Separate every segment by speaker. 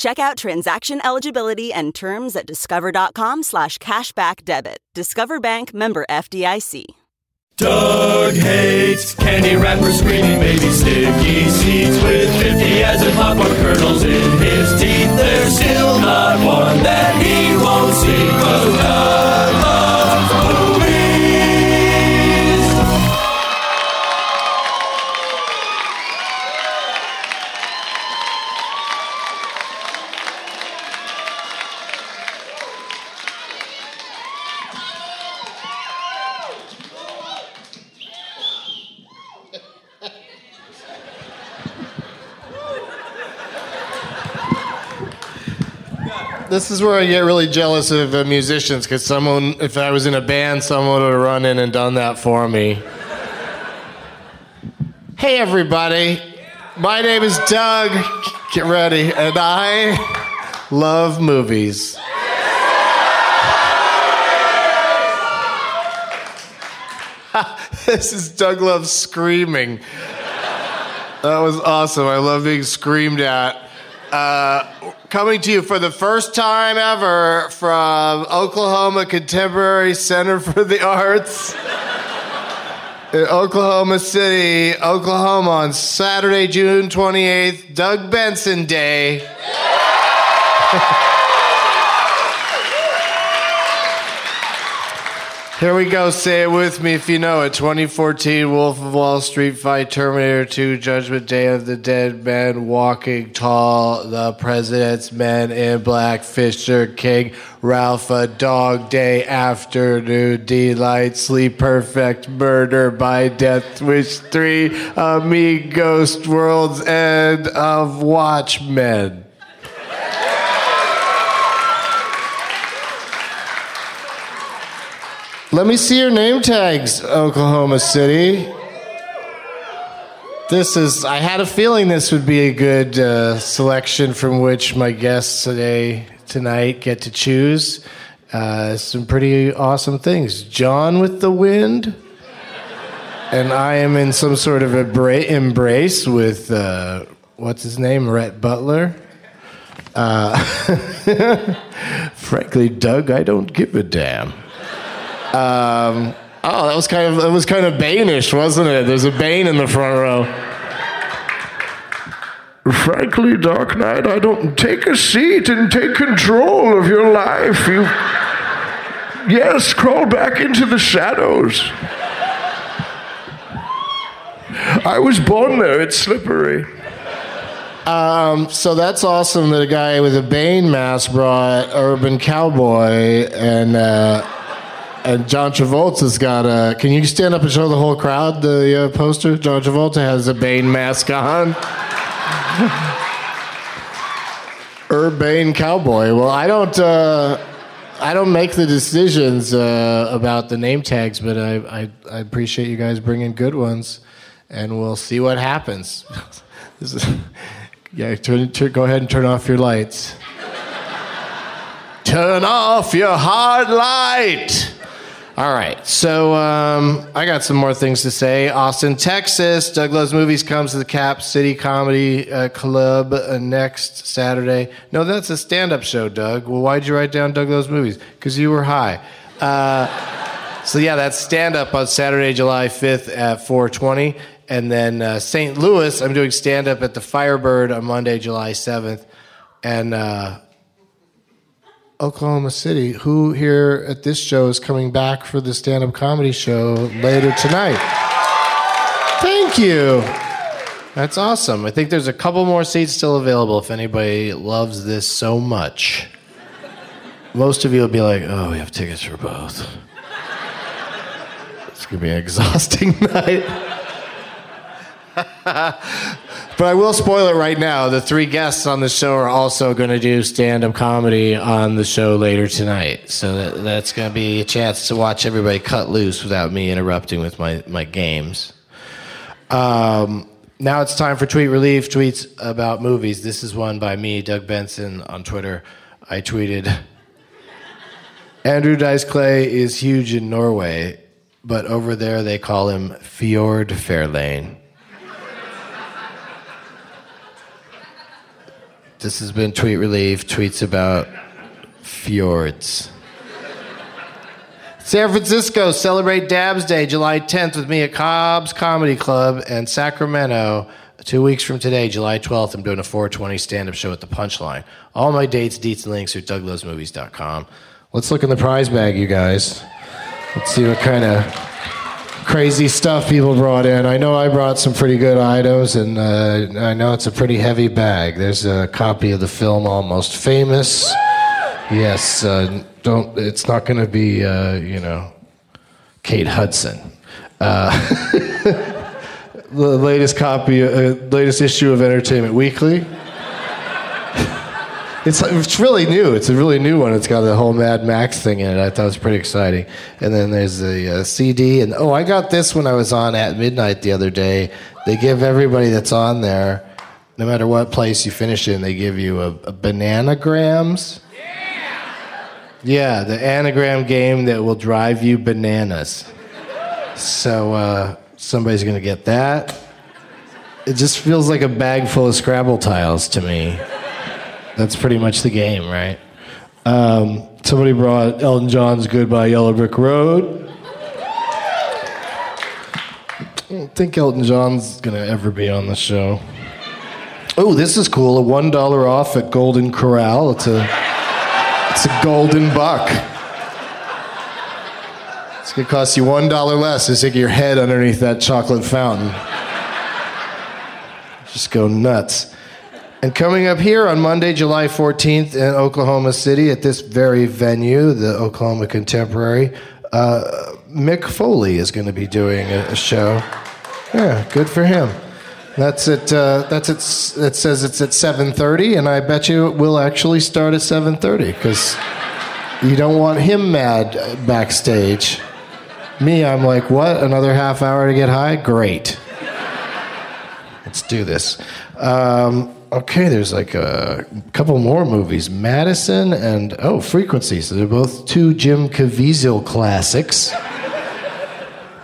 Speaker 1: Check out transaction eligibility and terms at discover.com slash cashback debit. Discover Bank member FDIC.
Speaker 2: Doug hates candy wrappers, screaming baby sticky seeds with 50 as in popcorn kernels in his teeth. There's still not one that he won't see 'cause Doug loves movies.
Speaker 3: This is where I get really jealous of uh, musicians because someone, if I was in a band, someone would have run in and done that for me. hey, everybody. My name is Doug. Get ready. And I love movies. this is Doug Love screaming. That was awesome. I love being screamed at. Uh, coming to you for the first time ever from Oklahoma Contemporary Center for the Arts in Oklahoma City, Oklahoma, on Saturday, June 28th, Doug Benson Day. Here we go. Say it with me if you know it. 2014 Wolf of Wall Street Fight, Terminator 2, Judgment Day of the Dead Man Walking Tall, The President's Men in Black, Fisher King, Ralph, A Dog Day Afternoon, Delight, Sleep Perfect, Murder by Death Wish 3, Me Ghost World's End of Watchmen. Let me see your name tags, Oklahoma City. This is, I had a feeling this would be a good uh, selection from which my guests today, tonight, get to choose. Uh, some pretty awesome things. John with the wind, and I am in some sort of a bra- embrace with uh, what's his name, Rhett Butler. Uh, frankly, Doug, I don't give a damn. Um, oh, that was kind of that was kind of Bainish, wasn't it? There's a Bane in the front row. Frankly, Dark Knight, I don't take a seat and take control of your life. You, yes, crawl back into the shadows. I was born there. It's slippery. Um, so that's awesome that a guy with a Bane mask brought Urban Cowboy and. Uh, and John Travolta's got a. Can you stand up and show the whole crowd the uh, poster? John Travolta has a Bane mask on. Urbane cowboy. Well, I don't. Uh, I don't make the decisions uh, about the name tags, but I, I, I appreciate you guys bringing good ones, and we'll see what happens. this is, yeah, turn, turn, go ahead and turn off your lights. Turn off your hard light. All right, so um, I got some more things to say. Austin, Texas, Doug Loves Movies comes to the Cap City Comedy uh, Club uh, next Saturday. No, that's a stand-up show, Doug. Well, why'd you write down Doug Loves Movies? Because you were high. Uh, so yeah, that's stand-up on Saturday, July 5th at 4:20, and then uh, St. Louis, I'm doing stand-up at the Firebird on Monday, July 7th, and. Uh, Oklahoma City, who here at this show is coming back for the stand up comedy show later tonight. Thank you. That's awesome. I think there's a couple more seats still available if anybody loves this so much. Most of you will be like, oh, we have tickets for both. It's going to be an exhausting night. But I will spoil it right now. The three guests on the show are also going to do stand up comedy on the show later tonight. So that, that's going to be a chance to watch everybody cut loose without me interrupting with my, my games. Um, now it's time for tweet relief tweets about movies. This is one by me, Doug Benson, on Twitter. I tweeted Andrew Dice Clay is huge in Norway, but over there they call him Fjord Fairlane. This has been Tweet Relief, tweets about fjords. San Francisco, celebrate Dabs Day July 10th with me at Cobb's Comedy Club and Sacramento. Two weeks from today, July 12th, I'm doing a 420 stand up show at the Punchline. All my dates, deets, and links are douglovesmovies.com. Let's look in the prize bag, you guys. Let's see what kind of crazy stuff people brought in. I know I brought some pretty good items, and uh, I know it's a pretty heavy bag. There's a copy of the film Almost Famous. Yes, uh, don't. It's not going to be, uh, you know, Kate Hudson. Uh, the latest copy, uh, latest issue of Entertainment Weekly. It's, it's really new. It's a really new one. It's got the whole Mad Max thing in it. I thought it was pretty exciting. And then there's the uh, CD. And oh, I got this when I was on at midnight the other day. They give everybody that's on there, no matter what place you finish in, they give you a, a bananagrams. Yeah, the anagram game that will drive you bananas. So uh, somebody's gonna get that. It just feels like a bag full of Scrabble tiles to me. That's pretty much the game, right? Um, somebody brought Elton John's Goodbye Yellow Brick Road. I don't think Elton John's going to ever be on the show. Oh, this is cool. A $1 off at Golden Corral. It's a, it's a golden buck. It's going to cost you $1 less to stick your head underneath that chocolate fountain. Just go nuts. And coming up here on Monday, July 14th in Oklahoma City at this very venue, the Oklahoma Contemporary, uh, Mick Foley is going to be doing a, a show. Yeah, good for him. That's at uh, that's at s- it says it's at 7:30, and I bet you it will actually start at 7:30 because you don't want him mad uh, backstage. Me, I'm like, what? Another half hour to get high? Great. Let's do this. Um, okay, there's like a couple more movies Madison and, oh, Frequency. So they're both two Jim Caviezel classics.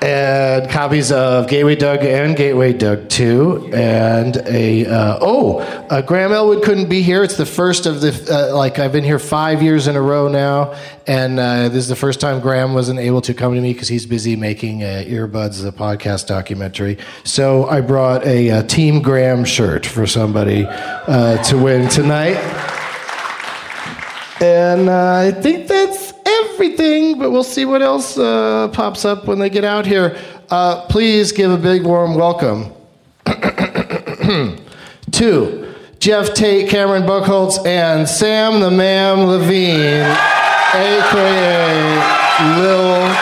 Speaker 3: and copies of Gateway Doug and Gateway Doug 2, and a uh, oh, uh, Graham Elwood couldn't be here. It's the first of the uh, like I've been here five years in a row now, and uh, this is the first time Graham wasn't able to come to me because he's busy making uh, Earbuds, the podcast documentary. So I brought a, uh Team Graham shirt for somebody uh, to win tonight. And uh, I think that's everything, but we'll see what else uh, pops up when they get out here. Uh, please give a big warm welcome to Jeff Tate, Cameron Buckholtz, and Sam the Ma'am Levine, aka Lil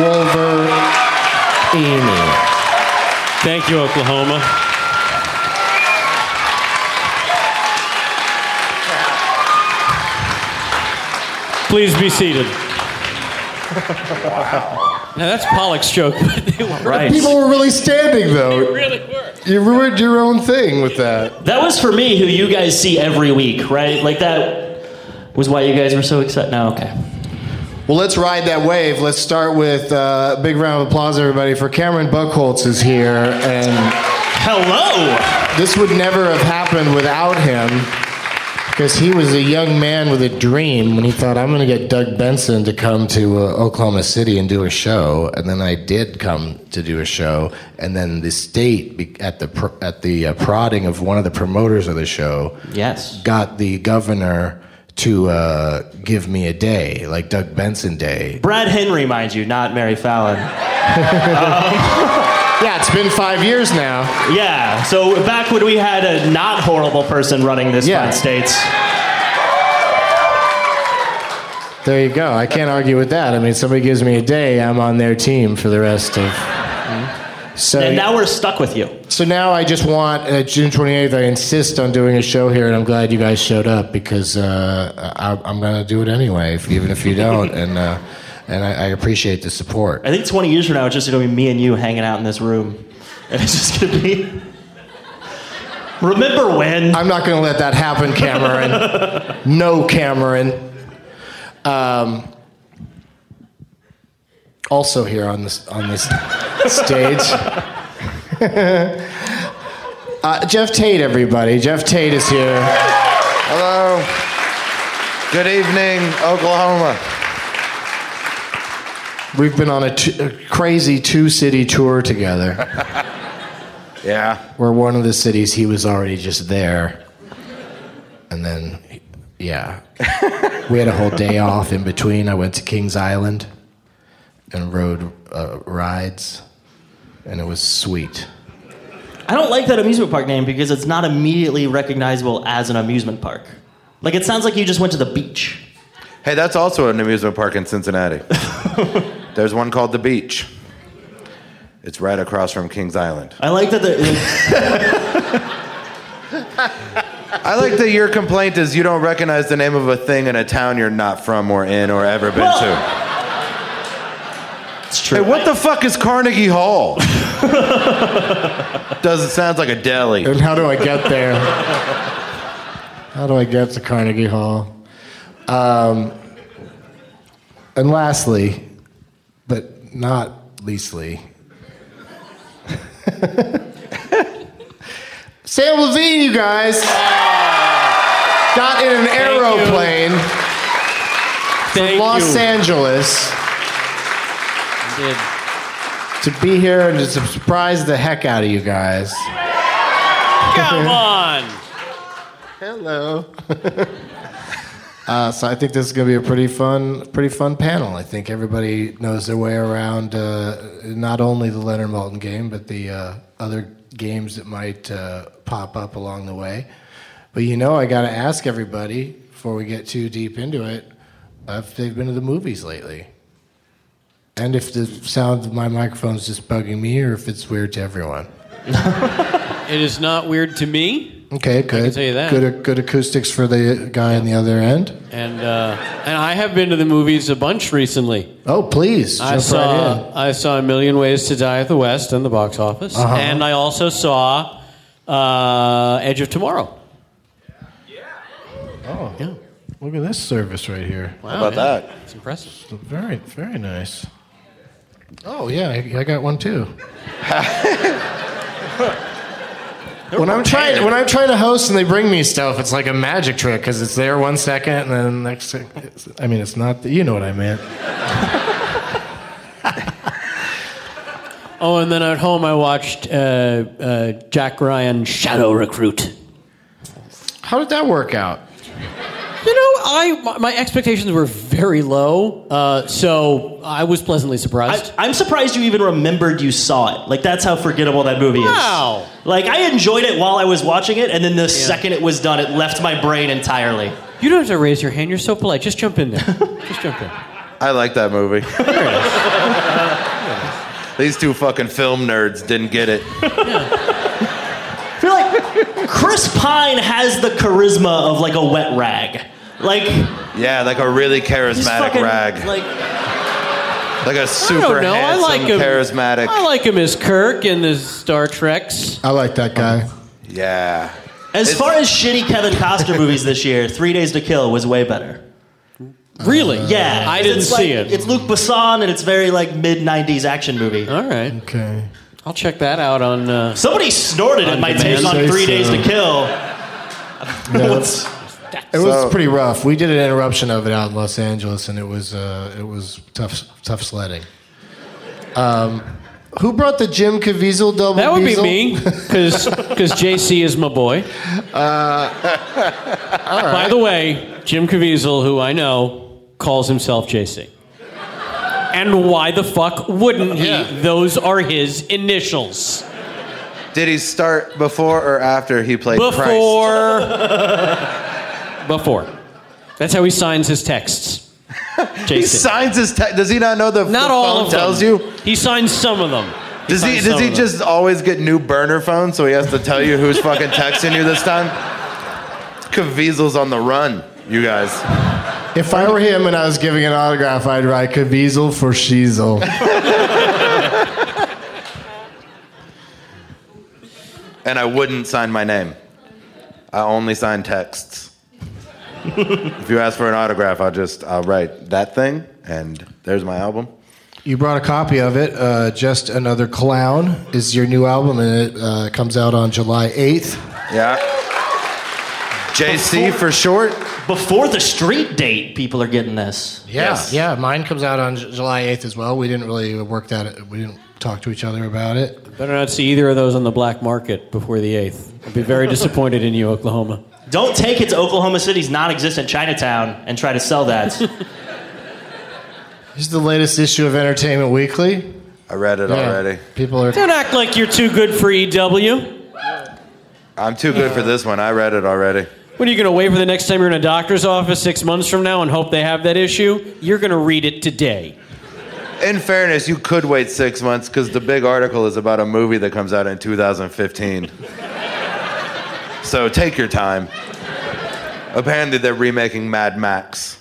Speaker 3: Wolverine.
Speaker 4: Thank you, Oklahoma. Please be seated. Now that's Pollock's joke.
Speaker 5: Right.
Speaker 3: People were really standing, though.
Speaker 4: really were.
Speaker 3: You ruined your own thing with that.
Speaker 5: That was for me, who you guys see every week, right? Like that was why you guys were so excited. No, okay.
Speaker 3: Well, let's ride that wave. Let's start with uh, a big round of applause, everybody, for Cameron Buckholz is here, and
Speaker 5: Hello.
Speaker 3: this would never have happened without him, because he was a young man with a dream when he thought, "I'm going to get Doug Benson to come to uh, Oklahoma City and do a show," and then I did come to do a show, and then the state be- at the pr- at the uh, prodding of one of the promoters of the show,
Speaker 5: Yes.
Speaker 3: got the governor to uh, give me a day, like Doug Benson Day.
Speaker 5: Brad Henry, mind you, not Mary Fallon.
Speaker 3: Yeah, it's been five years now.
Speaker 5: Yeah. So back when we had a not horrible person running this
Speaker 3: Yeah.
Speaker 5: fine states.
Speaker 3: There you go. I can't argue with that. I mean, somebody gives me a day, I'm on their team for the rest of. hmm. So
Speaker 5: And now we're stuck with you.
Speaker 3: so now I just want uh, June 28th. I insist on doing a show here, and I'm glad you guys showed up because uh, I, I'm going to do it anyway, if, even if you don't. and uh, and I, I appreciate the support.
Speaker 5: I think 20 years from now, it's just going to be me and you hanging out in this room. And it's just going to be. Remember when?
Speaker 3: I'm not going to let that happen, Cameron. no, Cameron. Um, also here on this on this stage, uh, Jeff Tate. Everybody, Jeff Tate is here.
Speaker 6: Hello. Good evening, Oklahoma.
Speaker 3: We've been on a, t- a crazy two city tour together.
Speaker 6: Yeah.
Speaker 3: Where one of the cities he was already just there, and then yeah, we had a whole day off in between. I went to Kings Island. and rode uh, rides, and it was sweet.
Speaker 5: I don't like that amusement park name because it's not immediately recognizable as an amusement park. Like, it sounds like you just went to the beach.
Speaker 6: Hey, that's also an amusement park in Cincinnati. There's one called The Beach. It's right across from Kings Island.
Speaker 5: I like that the.
Speaker 6: I like that your complaint is you don't recognize the name of a thing in a town you're not from or in or ever been to.
Speaker 5: It's
Speaker 6: Hey,
Speaker 5: true.
Speaker 6: what the fuck is Carnegie Hall? Doesn't sound like a deli.
Speaker 3: And how do I get there? how do I get to Carnegie Hall? Um, and lastly, but not leastly, Sam Levine, you guys, got in an aeroplane
Speaker 4: Thank
Speaker 3: from Los
Speaker 4: you.
Speaker 3: Angeles.
Speaker 4: Did.
Speaker 3: to be here and to surprise the heck out of you guys.
Speaker 4: Come on.
Speaker 3: Hello. uh, so I think this is going to be a pretty fun, pretty fun panel. I think everybody knows their way around uh, not only the Leonard Malton game, but the uh, other games that might uh, pop up along the way. But you know, I got to ask everybody before we get too deep into it if they've been to the movies lately. And if the sound of my microphone's just bugging me, or if it's weird to everyone.
Speaker 4: It is not weird to me,
Speaker 3: Okay, good.
Speaker 4: tell you that.
Speaker 3: Good, good acoustics for the guy on the other end.
Speaker 4: and uh, and I have been to the movies a bunch recently.
Speaker 3: Oh, please jump
Speaker 4: I saw
Speaker 3: right in.
Speaker 4: I saw A Million Ways to Die at the West in the box office, and I also saw uh, Edge of Tomorrow.
Speaker 3: Oh,
Speaker 4: Yeah.
Speaker 3: look at this service right here.
Speaker 4: Wow,
Speaker 6: about
Speaker 4: yeah.
Speaker 6: that?
Speaker 4: It's impressive.
Speaker 3: Very, very nice. Oh yeah, I, I got one too. when I'm trying, when I'm trying to host and they bring me stuff, it's like a magic trick because it's there one second and then the next. sec- it's- I mean, it's not. The, you know what I meant.
Speaker 4: Oh, and then at home I watched uh, uh, Jack Ryan Shadow Recruit.
Speaker 3: How did that work out?
Speaker 4: You know, I my, my expectations were very low, uh, so I was pleasantly surprised.
Speaker 5: I, I'm surprised you even remembered you saw it. Like that's how forgettable that movie
Speaker 4: Wow.
Speaker 5: is. Like I enjoyed it while I was watching it, and then the second it was done, it left my brain entirely.
Speaker 4: you don't have to raise your hand. You're so polite. Just jump in there. Just jump in.
Speaker 6: I like that movie. These two fucking film nerds didn't get it.
Speaker 5: I feel like Chris Pine has the charisma of like a wet rag. Like
Speaker 6: Yeah, like a really
Speaker 5: he's
Speaker 6: charismatic
Speaker 5: fucking
Speaker 6: rag, like,
Speaker 5: like
Speaker 6: a
Speaker 4: I
Speaker 6: super
Speaker 4: don't know. I
Speaker 6: handsome,
Speaker 4: like him.
Speaker 6: charismatic.
Speaker 4: I like him as Kirk in the Star Treks.
Speaker 3: I like that guy.
Speaker 6: yeah,
Speaker 5: as
Speaker 6: It's-
Speaker 5: far as shitty Kevin Costner movies this year, Three Days to Kill was way better.
Speaker 4: Really?
Speaker 5: Uh, Yeah,
Speaker 4: I
Speaker 5: 'cause
Speaker 4: didn't
Speaker 5: it's like-
Speaker 4: see it.
Speaker 5: It's Luke Besson, and it's very like mid '90s action movie.
Speaker 4: All right.
Speaker 3: Okay.
Speaker 4: I'll check that out on. Uh,
Speaker 5: Somebody snorted at
Speaker 4: On
Speaker 5: my
Speaker 4: demand.
Speaker 5: take on
Speaker 3: Say
Speaker 5: Three
Speaker 3: so.
Speaker 5: Days to Kill. What's-
Speaker 3: It was
Speaker 6: So-
Speaker 3: pretty rough. We did an interruption of it out in Los Angeles, and it was uh, it was tough tough sledding. Um, who brought the Jim Caviezel double?
Speaker 4: that would be
Speaker 3: diesel?
Speaker 4: me, because JC is my boy.
Speaker 6: Uh,
Speaker 4: By the way, Jim Caviezel, who I know, calls himself JC. And why the fuck wouldn't he?
Speaker 3: Yeah.
Speaker 4: Those are his initials.
Speaker 6: Did he start before or after he played Christ?
Speaker 4: Before. Before. That's how he signs his texts. JC.
Speaker 6: He signs his. Te- does he not know the,
Speaker 4: Not
Speaker 6: the
Speaker 4: all
Speaker 6: phone
Speaker 4: of them.
Speaker 6: tells you?
Speaker 4: He signs some of them.
Speaker 6: Does he?
Speaker 4: signs
Speaker 6: Does
Speaker 4: some
Speaker 6: he
Speaker 4: of them.
Speaker 6: just always get new burner phones so he has to tell you who's fucking texting you this time? Caviezel's on the run, you guys.
Speaker 3: If I were him and I was giving an autograph, I'd write Caviezel for Sheezel.
Speaker 6: And I wouldn't sign my name. I only sign texts. if you ask for an autograph, I'll just I'll write that thing, and there's my album.
Speaker 3: you brought a copy of it. Uh, Just another clown is your new album, and it uh, comes out on July eighth.
Speaker 6: Yeah. JC for short.
Speaker 5: Before the street date, people are getting this.
Speaker 3: Yeah, yeah. Mine comes out on J- July eighth as well. We didn't really work that. We didn't talk to each other about it.
Speaker 4: Better not see either of those on the black market before the 8th. I'd be very disappointed in you, Oklahoma.
Speaker 5: Don't take it to Oklahoma City's non-existent Chinatown and try to sell that.
Speaker 3: This is the latest issue of Entertainment Weekly.
Speaker 6: I read it
Speaker 3: Yeah.
Speaker 6: already.
Speaker 3: People are.
Speaker 4: Don't act like you're too good for E EW.
Speaker 6: I'm too good for this one. I read it already.
Speaker 4: What are you going to wait for the next time you're in a doctor's office six months from now and hope they have that issue? You're going to read it today.
Speaker 6: In fairness, you could wait six months because the big article is about a movie that comes out in 2015. so take your time. Apparently, they're remaking Mad Max.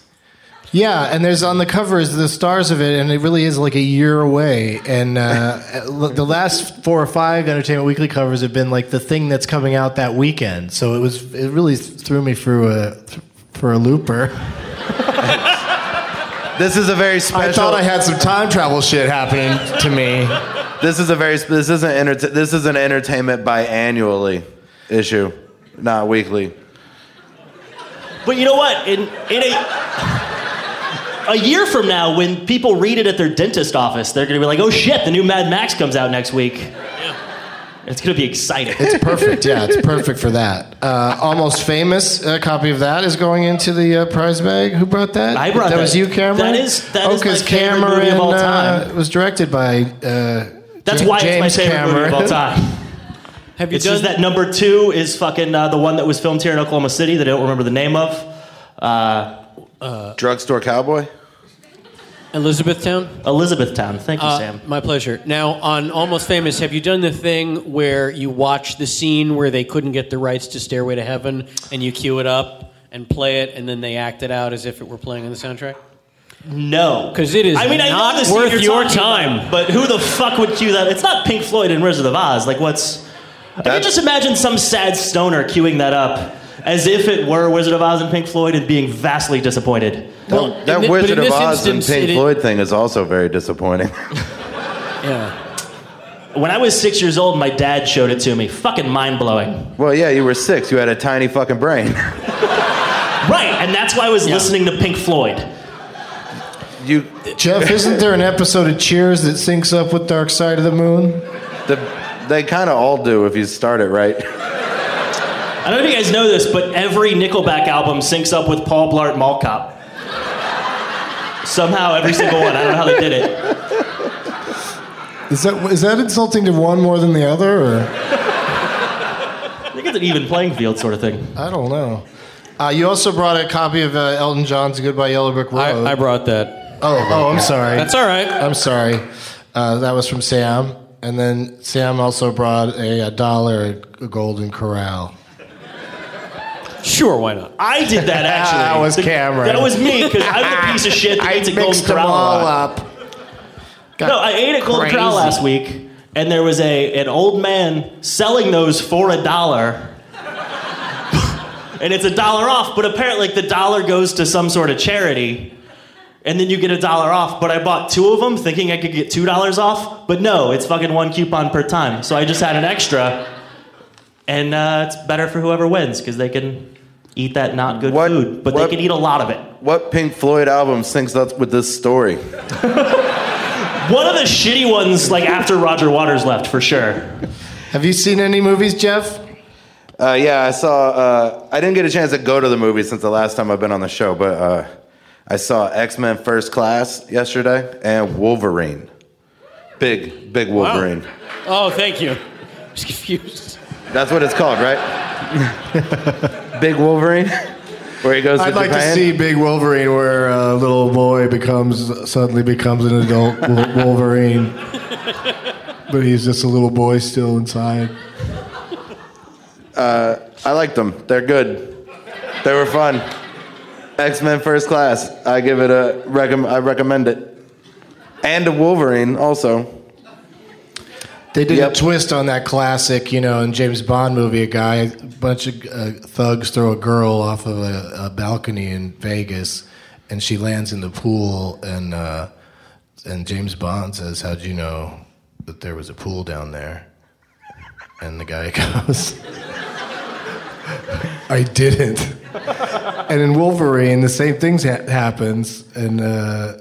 Speaker 3: Yeah, and there's on the cover is the stars of it, and it really is like a year away. And uh, look, the last four or five Entertainment Weekly covers have been like the thing that's coming out that weekend. So it was it really threw me through a for a looper.
Speaker 6: This is a very
Speaker 3: I
Speaker 6: special.
Speaker 3: thought I had some time travel shit happening to me.
Speaker 6: This is a very. This isn't. Enter- this is an entertainment biannually issue, not weekly.
Speaker 5: but you know what? In in a a year from now, when people read it at their dentist office, they're gonna be like, "Oh shit, the new Mad Max comes out next week." It's gonna be exciting.
Speaker 3: It's perfect. Yeah, it's perfect for that. Uh, Almost famous. A copy of that is going into the uh, prize bag. Who brought that?
Speaker 5: I brought
Speaker 3: that.
Speaker 5: that.
Speaker 3: was you, Cameron.
Speaker 5: That is- that
Speaker 3: oh,
Speaker 5: is my
Speaker 3: 'cause
Speaker 5: favorite
Speaker 3: Cameron
Speaker 5: movie of all
Speaker 3: uh,
Speaker 5: time.
Speaker 3: was directed by. Uh,
Speaker 5: That's
Speaker 3: Ja-
Speaker 5: why
Speaker 3: James
Speaker 5: it's my favorite
Speaker 3: Cameron.
Speaker 5: movie of all time.
Speaker 4: Have you
Speaker 5: It's
Speaker 4: done
Speaker 5: just that number two is fucking uh, the one that was filmed here in Oklahoma City that I don't remember the name of. Uh,
Speaker 6: Drugstore Cowboy.
Speaker 4: Elizabethtown?
Speaker 5: Elizabethtown. Thank you,
Speaker 4: Uh,
Speaker 5: Sam.
Speaker 4: My pleasure. Now, on Almost Famous, have you done the thing where you watch the scene where they couldn't get the rights to Stairway to Heaven and you cue it up and play it and then they act it out as if it were playing on the soundtrack?
Speaker 5: No,
Speaker 4: 'Cause it is
Speaker 5: I mean, I know
Speaker 4: not
Speaker 5: the scene
Speaker 4: worth
Speaker 5: you're
Speaker 4: your
Speaker 5: talking
Speaker 4: time.
Speaker 5: about, but who the fuck would cue that? It's not Pink Floyd and Wizard of Oz. Like, what's I can just imagine some sad stoner queuing that up as if it were Wizard of Oz and Pink Floyd and being vastly disappointed.
Speaker 6: That, that
Speaker 4: in thi- but
Speaker 6: Wizard
Speaker 4: in
Speaker 6: of
Speaker 4: this
Speaker 6: Oz
Speaker 4: instance,
Speaker 6: and Pink
Speaker 4: it-
Speaker 6: Floyd thing is also very disappointing.
Speaker 4: Yeah.
Speaker 5: When I was six years old, my dad showed it to me. Fucking mind blowing.
Speaker 6: well, yeah, you were six. You had a tiny fucking brain.
Speaker 5: Right, and that's why I was listening to Pink Floyd.
Speaker 6: You,
Speaker 3: Jeff, isn't there an episode of Cheers that syncs up with Dark Side of the Moon?
Speaker 6: the, they kind of all do if you start it right.
Speaker 5: I don't know if you guys know this, but every Nickelback album syncs up with Paul Blart Mall Cop. Somehow, every single one. I don't know how they did it.
Speaker 3: Is that is that insulting to one more than the other? Or
Speaker 5: I think it's an even playing field sort of thing.
Speaker 3: I don't know. Uh, you also brought a copy of uh, Elton John's "Goodbye Yellow Brick Road."
Speaker 4: I, I brought that.
Speaker 3: oh, oh, I'm sorry.
Speaker 4: That's all right.
Speaker 3: I'm sorry. Uh, that was from Sam, and then Sam also brought a, a dollar at Golden Corral.
Speaker 4: Sure, why not?
Speaker 5: I did that actually.
Speaker 3: That was
Speaker 5: The-
Speaker 3: Cameron.
Speaker 5: That was me because I'm a piece of shit that
Speaker 3: I
Speaker 5: eats at Golden
Speaker 3: mixed them
Speaker 5: Corral. a
Speaker 3: all
Speaker 5: lot.
Speaker 3: up. Got
Speaker 5: No, I ate at Golden Corral
Speaker 3: crazy.
Speaker 5: last week, and there was a an old man selling those for a dollar. and it's a dollar off, but apparently like, the dollar goes to some sort of charity. And then you get a dollar off, but I bought two of them thinking I could get two dollars off, but no, it's fucking one coupon per time. So I just had an extra, and uh, it's better for whoever wins because they can eat that not good
Speaker 6: What-
Speaker 5: food, but
Speaker 6: what-
Speaker 5: they can eat a lot of it.
Speaker 6: What Pink Floyd album syncs up with this story?
Speaker 5: One of the shitty ones, like after Roger Waters left, for sure.
Speaker 3: Have you seen any movies, Jeff?
Speaker 6: Uh, yeah, I saw. Uh, I didn't get a chance to go to the movie since the last time I've been on the show, but uh, I saw X Men First Class yesterday and Wolverine. Big, big Wolverine.
Speaker 4: Oh, thank you. Just confused.
Speaker 6: That's what it's called, right? big Wolverine, where he goes to
Speaker 3: I'd like
Speaker 6: Japan.
Speaker 3: to see Big Wolverine, where a little boy becomes suddenly becomes an adult Wol- Wolverine, but he's just a little boy still inside.
Speaker 6: I liked them. They're good. They were fun. X Men First Class. I give it a recommend. I recommend it. And a Wolverine also.
Speaker 3: They did
Speaker 6: Yep.
Speaker 3: a twist on that classic, you know, in James Bond movie, a guy, a bunch of uh, thugs throw a girl off of a, a balcony in Vegas, and she lands in the pool, and uh, and James Bond says, "How'd you know that there was a pool down there?" And the guy goes, "I didn't." And in Wolverine, the same thing ha- happens, and uh,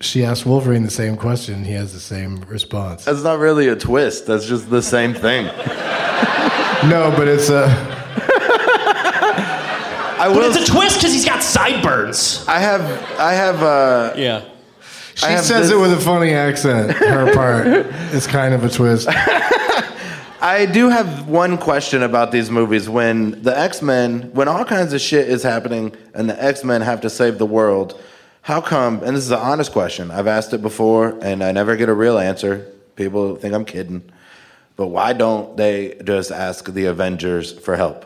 Speaker 3: she asks Wolverine the same question. He has the same response.
Speaker 6: That's not really a twist. That's just the same thing.
Speaker 3: No, but it's uh,
Speaker 6: I
Speaker 5: But
Speaker 6: will.
Speaker 5: it's a twist because he's got sideburns.
Speaker 6: I have. I have. Uh,
Speaker 4: Yeah.
Speaker 3: she
Speaker 6: have
Speaker 3: says
Speaker 6: this-
Speaker 3: it with a funny accent. Her part is kind of a twist.
Speaker 6: I do have one question about these movies. When the X Men, when all kinds of shit is happening and the X Men have to save the world, how come, and this is an honest question, I've asked it before and I never get a real answer. People think I'm kidding. But why don't they just ask the Avengers for help?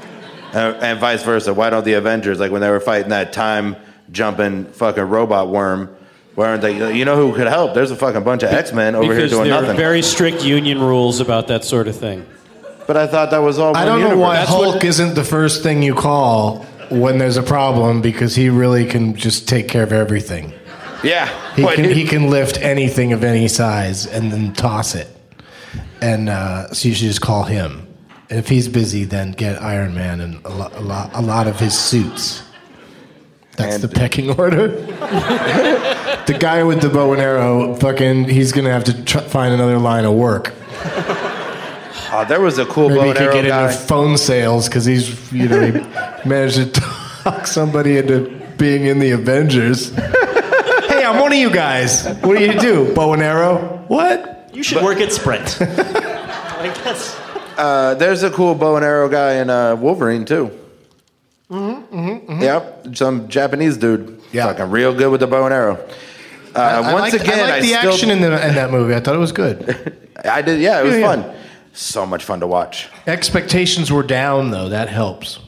Speaker 6: And, and vice versa. Why don't the Avengers, like when they were fighting that time jumping fucking robot worm, why aren't they, you know who could help? There's a fucking bunch of X Men over here
Speaker 4: because
Speaker 6: doing
Speaker 4: there
Speaker 6: nothing.
Speaker 4: are very strict union rules about that sort of thing.
Speaker 6: but I thought that was all.
Speaker 3: I
Speaker 6: one
Speaker 3: don't know why
Speaker 6: universe.
Speaker 3: Hulk is isn't the first thing you call when there's a problem because he really can just take care of everything.
Speaker 6: Yeah.
Speaker 3: He
Speaker 6: Wait,
Speaker 3: can
Speaker 6: who-
Speaker 3: he can lift anything of any size and then toss it. And uh, so you should just call him. And if he's busy, then get Iron Man and a, lo- a, lot, a lot of his suits. That's
Speaker 6: And-
Speaker 3: the pecking order. the guy with the bow and arrow, fucking, he's gonna have to tr- find another line of work.
Speaker 6: Oh, there was a cool
Speaker 3: Maybe
Speaker 6: bow
Speaker 3: he
Speaker 6: and
Speaker 3: could
Speaker 6: arrow
Speaker 3: get
Speaker 6: guy.
Speaker 3: into phone sales because he's, you know, he managed to talk somebody into being in the Avengers. hey, I'm one of you guys. What do you do? Bow and arrow? What?
Speaker 5: You should work at Sprint. I guess.
Speaker 6: uh, there's a cool bow and arrow guy in uh, Wolverine too. Mm-hmm, Yep, some Japanese dude.
Speaker 3: mm-hmm, Yeah.
Speaker 6: fucking real good with the bow and arrow. Uh, once again,
Speaker 3: I liked the
Speaker 6: still,
Speaker 3: action in, the, in that movie. I thought it was good.
Speaker 6: I did. Yeah, it was
Speaker 3: Yeah, yeah.
Speaker 6: fun. So much fun to watch.
Speaker 3: Expectations were down though. That helps.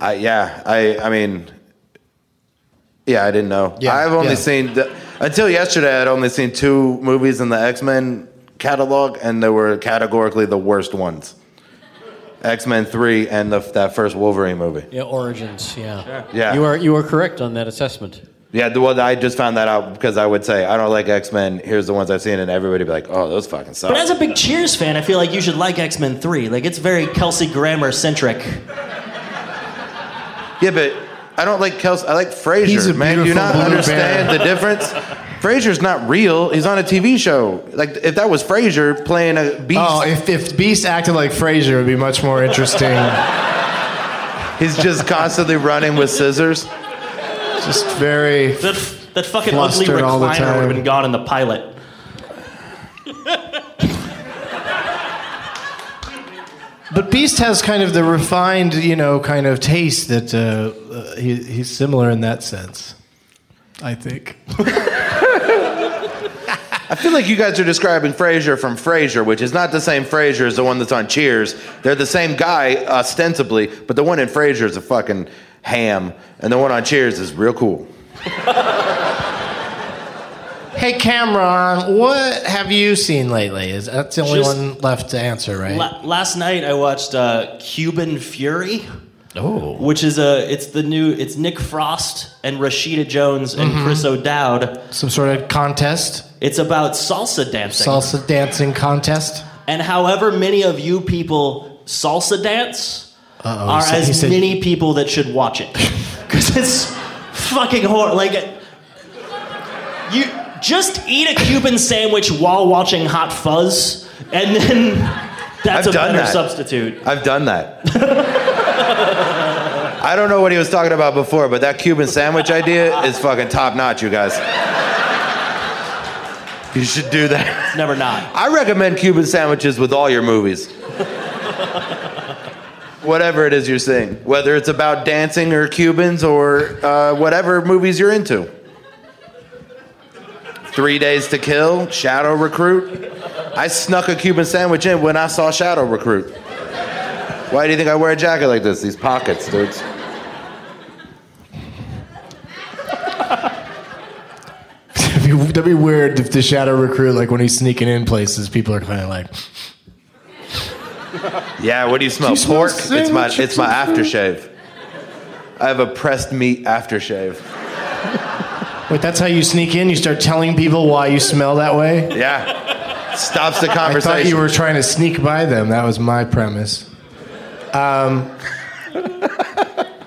Speaker 6: I yeah. I I mean, yeah. I didn't know.
Speaker 3: Yeah,
Speaker 6: I've only
Speaker 3: yeah.
Speaker 6: seen the, until yesterday. I'd only seen two movies in the X Men catalog, and they were categorically the worst ones. X Men Three, and the, that first Wolverine movie.
Speaker 4: Yeah, origins. Yeah.
Speaker 6: Yeah.
Speaker 4: You are you are correct on that assessment.
Speaker 6: Yeah, the well, I just found that out because I would say I don't like X Men. Here's the ones I've seen, and everybody would be like, "Oh, those fucking suck."
Speaker 5: But as a big Cheers fan, I feel like you should like X Men 3. Like, it's very Kelsey Grammer centric.
Speaker 6: yeah, but I don't like Kelsey. I like Frasier.
Speaker 3: He's a
Speaker 6: man, do you
Speaker 3: beautiful
Speaker 6: not
Speaker 3: blue
Speaker 6: understand the difference? Frasier's not real. He's on a TV show. Like if that was Frasier playing a beast,
Speaker 3: Oh, if, if Beast acted like Frasier, it would be much more interesting.
Speaker 6: he's just constantly running with scissors.
Speaker 3: Just very.
Speaker 5: That, that fucking
Speaker 3: Flustered
Speaker 5: ugly
Speaker 3: all the
Speaker 5: recliner would have
Speaker 3: time.
Speaker 5: been gone in the pilot.
Speaker 3: But Beast has kind of the refined, you know, kind of taste that uh, uh, he, he's similar in that sense. I think.
Speaker 6: I feel like you guys are describing Frasier from Frasier, which is not the same Frasier as the one that's on Cheers. They're the same guy ostensibly, but the one in Frasier is a fucking ham, and the one on Cheers is real cool.
Speaker 3: Hey Cameron, what have you seen lately? Is that's the only
Speaker 5: Just-
Speaker 3: one left to answer, right?
Speaker 5: La- last night, I watched uh, Cuban Fury.
Speaker 3: oh,
Speaker 5: Which is a, it's the new, it's Nick Frost and Rashida Jones and Chris O'Dowd.
Speaker 3: some sort of contest,
Speaker 5: It's about salsa dancing.
Speaker 3: salsa dancing contest.
Speaker 5: And however many of you people salsa dance
Speaker 3: Uh-oh,
Speaker 5: are
Speaker 3: he said- he
Speaker 5: as
Speaker 3: said-
Speaker 5: many people that should watch it. Because it's fucking horrible. Like, you just eat a Cuban sandwich while watching Hot Fuzz, and then that's
Speaker 6: I've
Speaker 5: a
Speaker 6: done
Speaker 5: better
Speaker 6: that.
Speaker 5: substitute.
Speaker 6: I've done that. I don't know what he was talking about before, but that Cuban sandwich idea is fucking top notch, you guys. You should do that.
Speaker 5: Never not.
Speaker 6: I recommend Cuban sandwiches with all your movies. whatever it is you're seeing, whether it's about dancing or Cubans or uh, whatever movies you're into. Three Days to Kill, Shadow Recruit. I snuck a Cuban sandwich in when I saw Shadow Recruit. Why do you think I wear a jacket like this? These pockets, dudes.
Speaker 3: That'd be, that'd be weird if the shadow recruit, like when he's sneaking in places, people are kind of like,
Speaker 6: Yeah, what do you smell?
Speaker 3: Do you smell
Speaker 6: Pork? it's my
Speaker 3: sandwiches
Speaker 6: it's my
Speaker 3: and food?
Speaker 6: aftershave. I have a pressed meat aftershave.
Speaker 3: "Wait, that's how you sneak in? You start telling people why you smell that way?"
Speaker 6: Yeah. Stops the
Speaker 3: I
Speaker 6: conversation.
Speaker 3: thought you were trying to sneak by them. That was my premise. Um,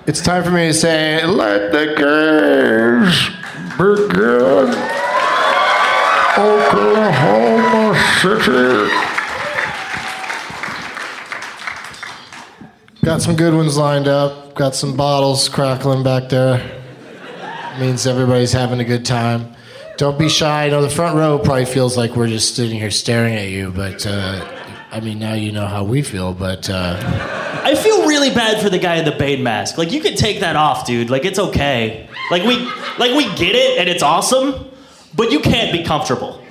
Speaker 3: it's time for me to say, "Let the games begin." Oklahoma City. Got some good ones lined up. Got some bottles crackling back there. Means everybody's having a good time. Don't be shy. I know the front row probably feels like we're just sitting here staring at you, but uh, I mean, now you know how we feel. But uh,
Speaker 5: I feel really bad for the guy in the Bane mask. Like, you can take that off, dude. Like, it's okay. Like, we, like, we get it, and it's awesome, but you can't be comfortable.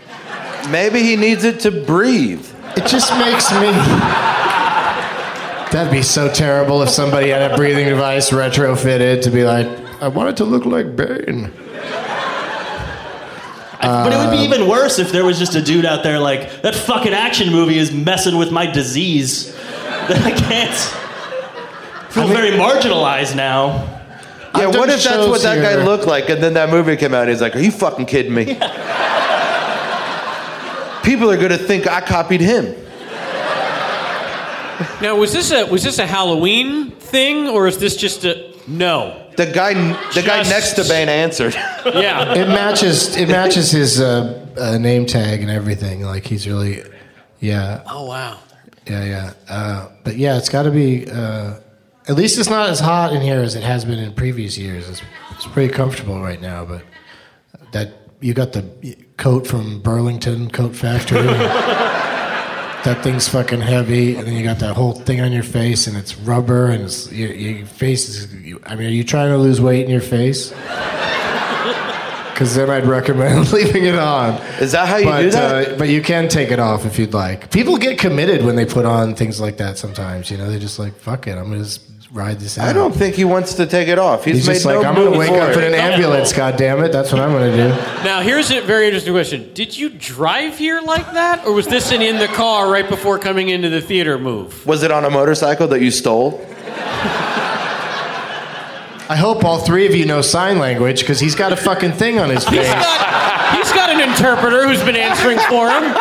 Speaker 6: Maybe he needs it to breathe.
Speaker 3: it just makes me. That'd be so terrible if somebody had a breathing device retrofitted to be like, I want it to look like Bane.
Speaker 5: But it would be even worse if there was just a dude out there like, that fucking action movie is messing with my disease. That I can't. Feel very marginalized now.
Speaker 6: Yeah,
Speaker 3: I've done
Speaker 6: what if that's
Speaker 3: shows
Speaker 6: what that guy
Speaker 3: here.
Speaker 6: looked like? And then that movie came out, and he's like, Are you fucking kidding me? People are gonna think I copied him.
Speaker 4: Now, was this a was this a Halloween thing or is this just a no?
Speaker 6: The guy, the guy
Speaker 4: Just-
Speaker 6: next to Bane answered.
Speaker 4: Yeah.
Speaker 3: It matches. It matches his uh, uh, name tag and everything. Like he's really, yeah.
Speaker 4: oh wow.
Speaker 3: Yeah, yeah. Uh, but yeah, it's got to be. Uh, at least it's not as hot in here as it has been in previous years. It's, it's pretty comfortable right now. But that you got the coat from Burlington Coat Factory. that thing's fucking heavy, and then you got that whole thing on your face, and it's rubber, and it's, your, your face is. You, I mean, are you trying to lose weight in your face? Because then I'd recommend leaving it on.
Speaker 6: Is that how you
Speaker 3: but,
Speaker 6: do that?
Speaker 3: Uh, but you can take it off if you'd like. People get committed when they put on things like that sometimes. You know, they're just like, fuck it, I'm going to ride this out.
Speaker 6: I don't think he wants to take it off. He's,
Speaker 3: He's
Speaker 6: made
Speaker 3: just
Speaker 6: no
Speaker 3: like, I'm going to
Speaker 6: move
Speaker 3: wake
Speaker 6: for
Speaker 3: up in
Speaker 6: it.
Speaker 3: an ambulance, God damn it! That's what I'm going to do.
Speaker 4: Now, here's a very interesting question. Did you drive here like that, or was this an in the car right before coming into the theater move?
Speaker 6: Was it on a motorcycle that you stole?
Speaker 3: I hope all three of you know sign language because he's got a fucking thing on his
Speaker 4: He's
Speaker 3: face.
Speaker 4: got, he's got an interpreter who's been answering for him.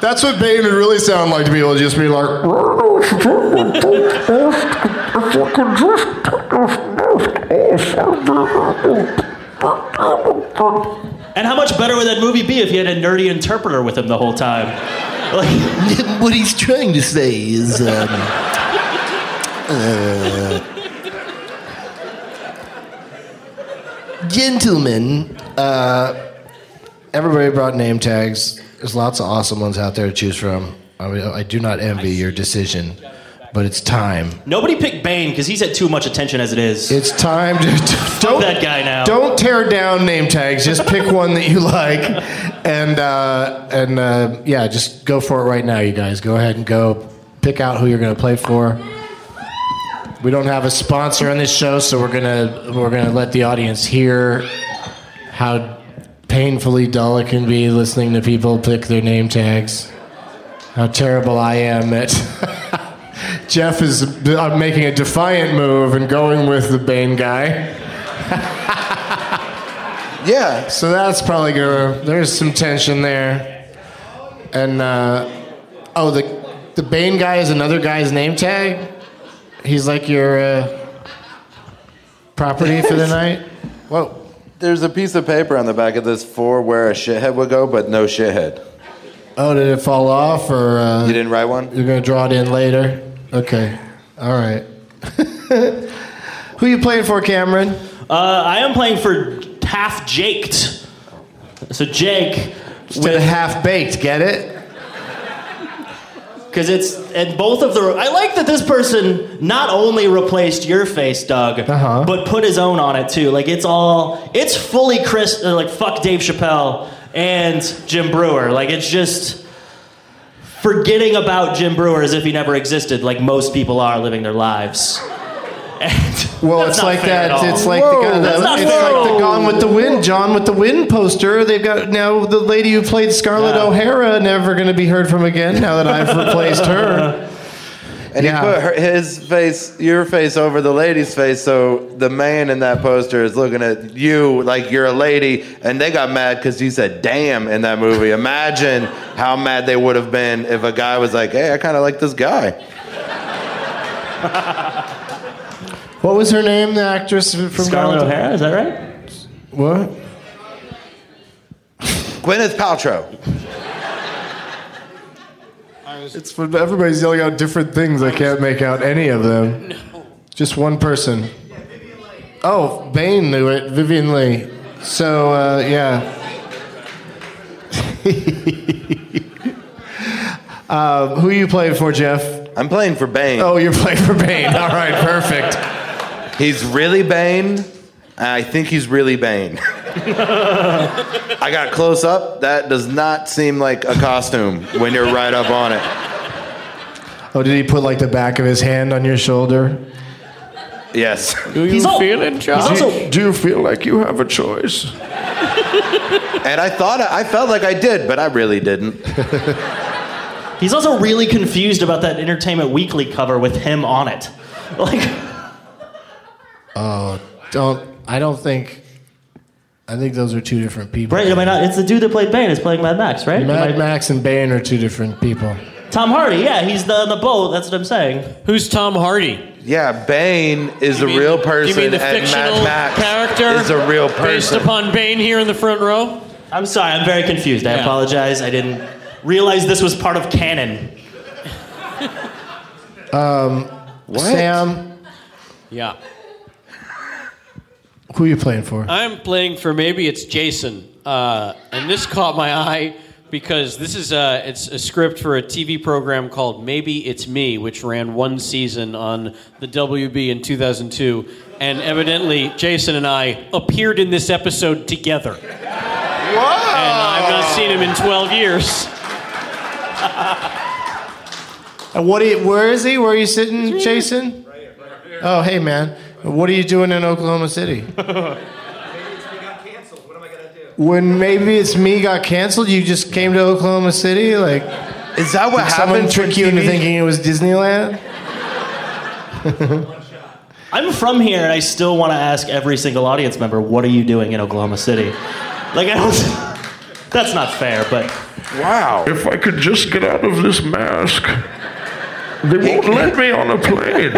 Speaker 3: That's what Bane would really sound like to people. Just be like,
Speaker 5: And how much better would that movie be if you had a nerdy interpreter with him the whole time? Like,
Speaker 7: what he's trying to say is, um, uh,
Speaker 3: uh,
Speaker 7: gentlemen,
Speaker 3: uh, everybody brought name tags. There's lots of awesome ones out there to choose from. I, mean, I do not envy your decision, but it's time.
Speaker 5: nobody picked Bane because he's had too much attention as it is.
Speaker 3: It's time to don't
Speaker 5: that guy now.
Speaker 3: Don't tear down name tags. Just pick one that you like, and uh, and uh, yeah, just go for it right now, you guys. Go ahead and go pick out who you're going to play for. We don't have a sponsor on this show, so we're gonna we're gonna let the audience hear how painfully dull it can be listening to people pick their name tags. How terrible I am at. Jeff is uh, making a defiant move and going with the Bane guy.
Speaker 6: Yeah.
Speaker 3: So that's probably gonna. There's some tension there, and uh, oh, the the Bane guy is another guy's name tag. He's like your uh, property for the night. Whoa!
Speaker 6: There's a piece of paper on the back of this for where a shithead would go, but no shithead.
Speaker 3: Oh, did it fall off, or uh,
Speaker 6: You didn't write one?
Speaker 3: you're gonna draw it in later? Okay, all right. Who you playing for, Cameron?
Speaker 5: Uh, I am playing for half Jaked. So Jake,
Speaker 3: Instead of half baked, get it?
Speaker 5: because it's and both of the. I like that this person not only replaced your face, Doug,
Speaker 3: Uh-huh.
Speaker 5: but put his own on it too. Like it's all it's fully Chris. uh, Like fuck Dave Chappelle and Jim Brewer. Like it's just forgetting about Jim Brewer as if he never existed. Like most people are living their lives. And
Speaker 3: Well,
Speaker 5: that's
Speaker 3: it's
Speaker 5: not
Speaker 3: like
Speaker 5: fair at
Speaker 3: that.
Speaker 5: all.
Speaker 3: It's like the guy,
Speaker 5: That's not
Speaker 3: it's
Speaker 5: fair.
Speaker 3: like the Gone with the Wind, John with the Wind poster. They've got now the lady who played Scarlett
Speaker 5: Yeah.
Speaker 3: O'Hara never going to be heard from again. Now that I've replaced her,
Speaker 6: And
Speaker 3: Yeah.
Speaker 6: he put her, his face, your face over the lady's face, so the man in that poster is looking at you like you're a lady, and they got mad because you said "damn" in that movie. Imagine how mad they would have been if a guy was like, "Hey, I kind of like this guy."
Speaker 3: what was her name? The actress from Gone
Speaker 5: Scarlett
Speaker 3: with the-
Speaker 5: O'Hara, is that right?
Speaker 3: What?
Speaker 6: Gwyneth Paltrow.
Speaker 3: It's when everybody's yelling out different things. I can't make out any of them. Just one person. Oh, Bane knew it. Vivian Lee. So uh, yeah. uh, who you playing for, Jeff?
Speaker 6: I'm playing for Bane.
Speaker 3: Oh, you're playing for Bane. All right, perfect.
Speaker 6: He's really Bane. I think he's really Bane. I got close up. That does not seem like a costume when you're right up on it.
Speaker 3: Oh, did he put like the back of his hand on your shoulder?
Speaker 6: Yes.
Speaker 3: Do you
Speaker 5: He's al- feeling, he's John? also-
Speaker 3: do you feel like you have a choice?
Speaker 6: And I thought I felt like I did, but I really didn't.
Speaker 5: He's also really confused about that Entertainment Weekly cover with him on it. Like,
Speaker 3: Don't. I don't think. I think those are two different people.
Speaker 5: right? Am I not? It's the dude that played Bane. Is playing Mad Max, right?
Speaker 3: Mad
Speaker 5: Am I-
Speaker 3: Max and Bane are two different people.
Speaker 5: Tom Hardy. Yeah, he's the the boat. That's what I'm saying.
Speaker 4: Who's Tom Hardy?
Speaker 6: Yeah, Bane is
Speaker 4: You
Speaker 6: a
Speaker 4: mean-
Speaker 6: real
Speaker 4: You
Speaker 6: person,
Speaker 4: mean the
Speaker 6: and
Speaker 4: fictional
Speaker 6: Mad Max
Speaker 4: character
Speaker 6: is a real
Speaker 4: based
Speaker 6: person.
Speaker 4: upon Bane here in the front row?
Speaker 5: I'm sorry. I'm very confused. I
Speaker 4: Yeah.
Speaker 5: apologize. I didn't realize this was part of canon.
Speaker 3: Sam,
Speaker 4: Yeah.
Speaker 3: who you playing for?
Speaker 4: I'm playing for maybe it's Jason, uh, and this caught my eye because this is a, it's a script for a TV program called Maybe It's Me, which ran one season on the WB in 2002, and evidently Jason and I appeared in this episode together. Whoa! And I've not seen him in 12 years.
Speaker 3: And Uh, what? Are you, where is he? Where are you sitting, Jason? Oh, hey man, what are you doing in Oklahoma City? When maybe it's me got canceled, you just came to Oklahoma City. Like,
Speaker 6: Is that what
Speaker 3: did someone
Speaker 6: happened?
Speaker 3: trick
Speaker 6: with
Speaker 3: you into
Speaker 6: TV?
Speaker 3: thinking it was Disneyland?
Speaker 4: I'm from here, and I still want to ask every single audience member, "What are you doing in Oklahoma City?" Like, I don't. That's not fair, but
Speaker 6: Wow.
Speaker 8: If I could just get out of this mask, they won't let me on a plane.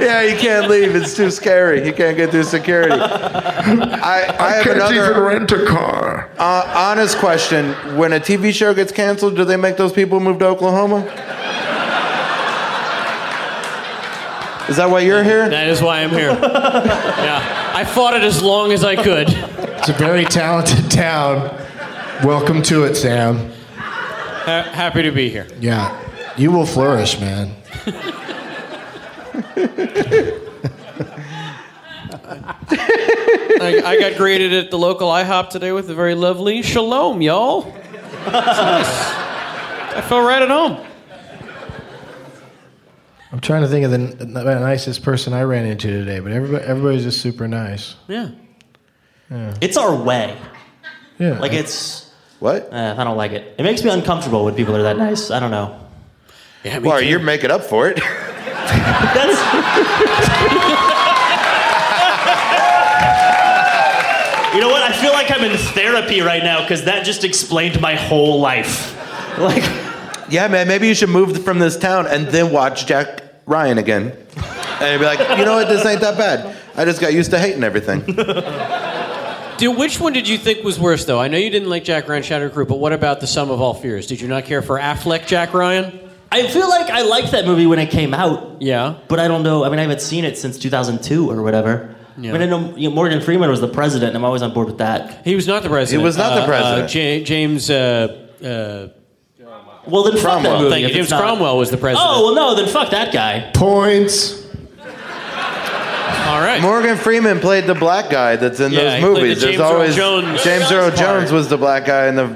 Speaker 6: Yeah, you can't leave. It's too scary. You can't get through security. I, I
Speaker 8: I
Speaker 6: have
Speaker 8: can't even
Speaker 6: another
Speaker 8: rent a car.
Speaker 6: uh, honest question. When a TV show gets canceled, do they make those people move to Oklahoma? Is that why you're here?
Speaker 2: That is why I'm here. yeah, I fought it as long as I could.
Speaker 3: It's a very talented town. Welcome to it, Sam.
Speaker 2: Ha- happy to be here.
Speaker 3: Yeah, you will flourish, man.
Speaker 2: I, I got greeted at the local IHOP today with a very lovely shalom, y'all. It's nice. I felt right at home.
Speaker 3: I'm trying to think of the, the nicest person I ran into today, but everybody, everybody's just super nice.
Speaker 2: Yeah.
Speaker 4: it's our way.
Speaker 3: Yeah,
Speaker 4: Like, it's.
Speaker 6: What?
Speaker 4: Uh, I don't like it. It makes me uncomfortable when people are that nice. I don't know.
Speaker 2: Yeah, me
Speaker 6: Well,
Speaker 2: too.
Speaker 6: you're making up for it.
Speaker 4: That's. you know what? I feel like I'm in therapy right now because that just explained my whole life. Like,
Speaker 6: Yeah, man, maybe you should move from this town and then watch Jack Ryan again. And you'd be like, you know what, this ain't that bad. I just got used to hating everything.
Speaker 2: Dude, which one did you think was worse, though? I know you didn't like Jack Ryan Shadow Crew, but what about The Sum of All Fears? Did you not care for Affleck Jack Ryan?
Speaker 4: I feel like I liked that movie when it came out,
Speaker 2: Yeah.
Speaker 4: but I don't know. I mean, I haven't seen it since 2002 or whatever. I mean, I know you know, Morgan Freeman was the president, and I'm always on board with that.
Speaker 2: He was not the president.
Speaker 6: He was not the
Speaker 2: Uh,
Speaker 6: president.
Speaker 2: Uh, Ja- James. Uh, uh,
Speaker 4: Well, then fuck that
Speaker 6: Cromwell.
Speaker 4: movie.
Speaker 2: thing.
Speaker 4: if it's
Speaker 2: James
Speaker 4: not.
Speaker 2: Cromwell was the president.
Speaker 4: Oh well, no, then fuck that guy.
Speaker 3: points.
Speaker 2: all right.
Speaker 6: Morgan Freeman played the black guy that's in
Speaker 2: Yeah, he
Speaker 6: those
Speaker 2: played the James
Speaker 6: movies. There's
Speaker 2: Earl
Speaker 6: always
Speaker 2: Jones-
Speaker 6: James Earl
Speaker 2: Jones part.
Speaker 6: Jones was the black guy in the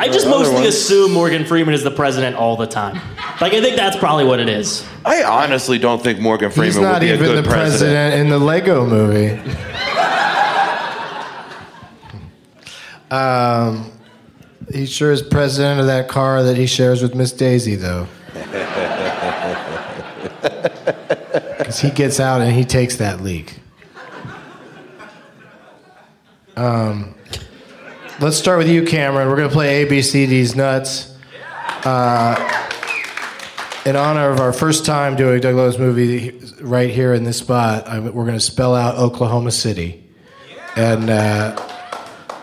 Speaker 4: I just
Speaker 6: There are other
Speaker 4: mostly
Speaker 6: ones.
Speaker 4: assume Morgan Freeman is the president all the time. Like, I think that's probably what it is.
Speaker 6: I honestly don't think Morgan Freeman
Speaker 3: He's
Speaker 6: would
Speaker 3: not
Speaker 6: be a
Speaker 3: even
Speaker 6: good
Speaker 3: the
Speaker 6: president.
Speaker 3: president in the Lego movie. um, he sure is president of that car that he shares with Miss Daisy, though. Because he gets out and he takes that leak. Um, let's start with you, Cameron. We're going to play ABCD's Nuts in honor of our first time doing Doug Love's movie right here in this spot, I, we're going to spell out Oklahoma City. And uh,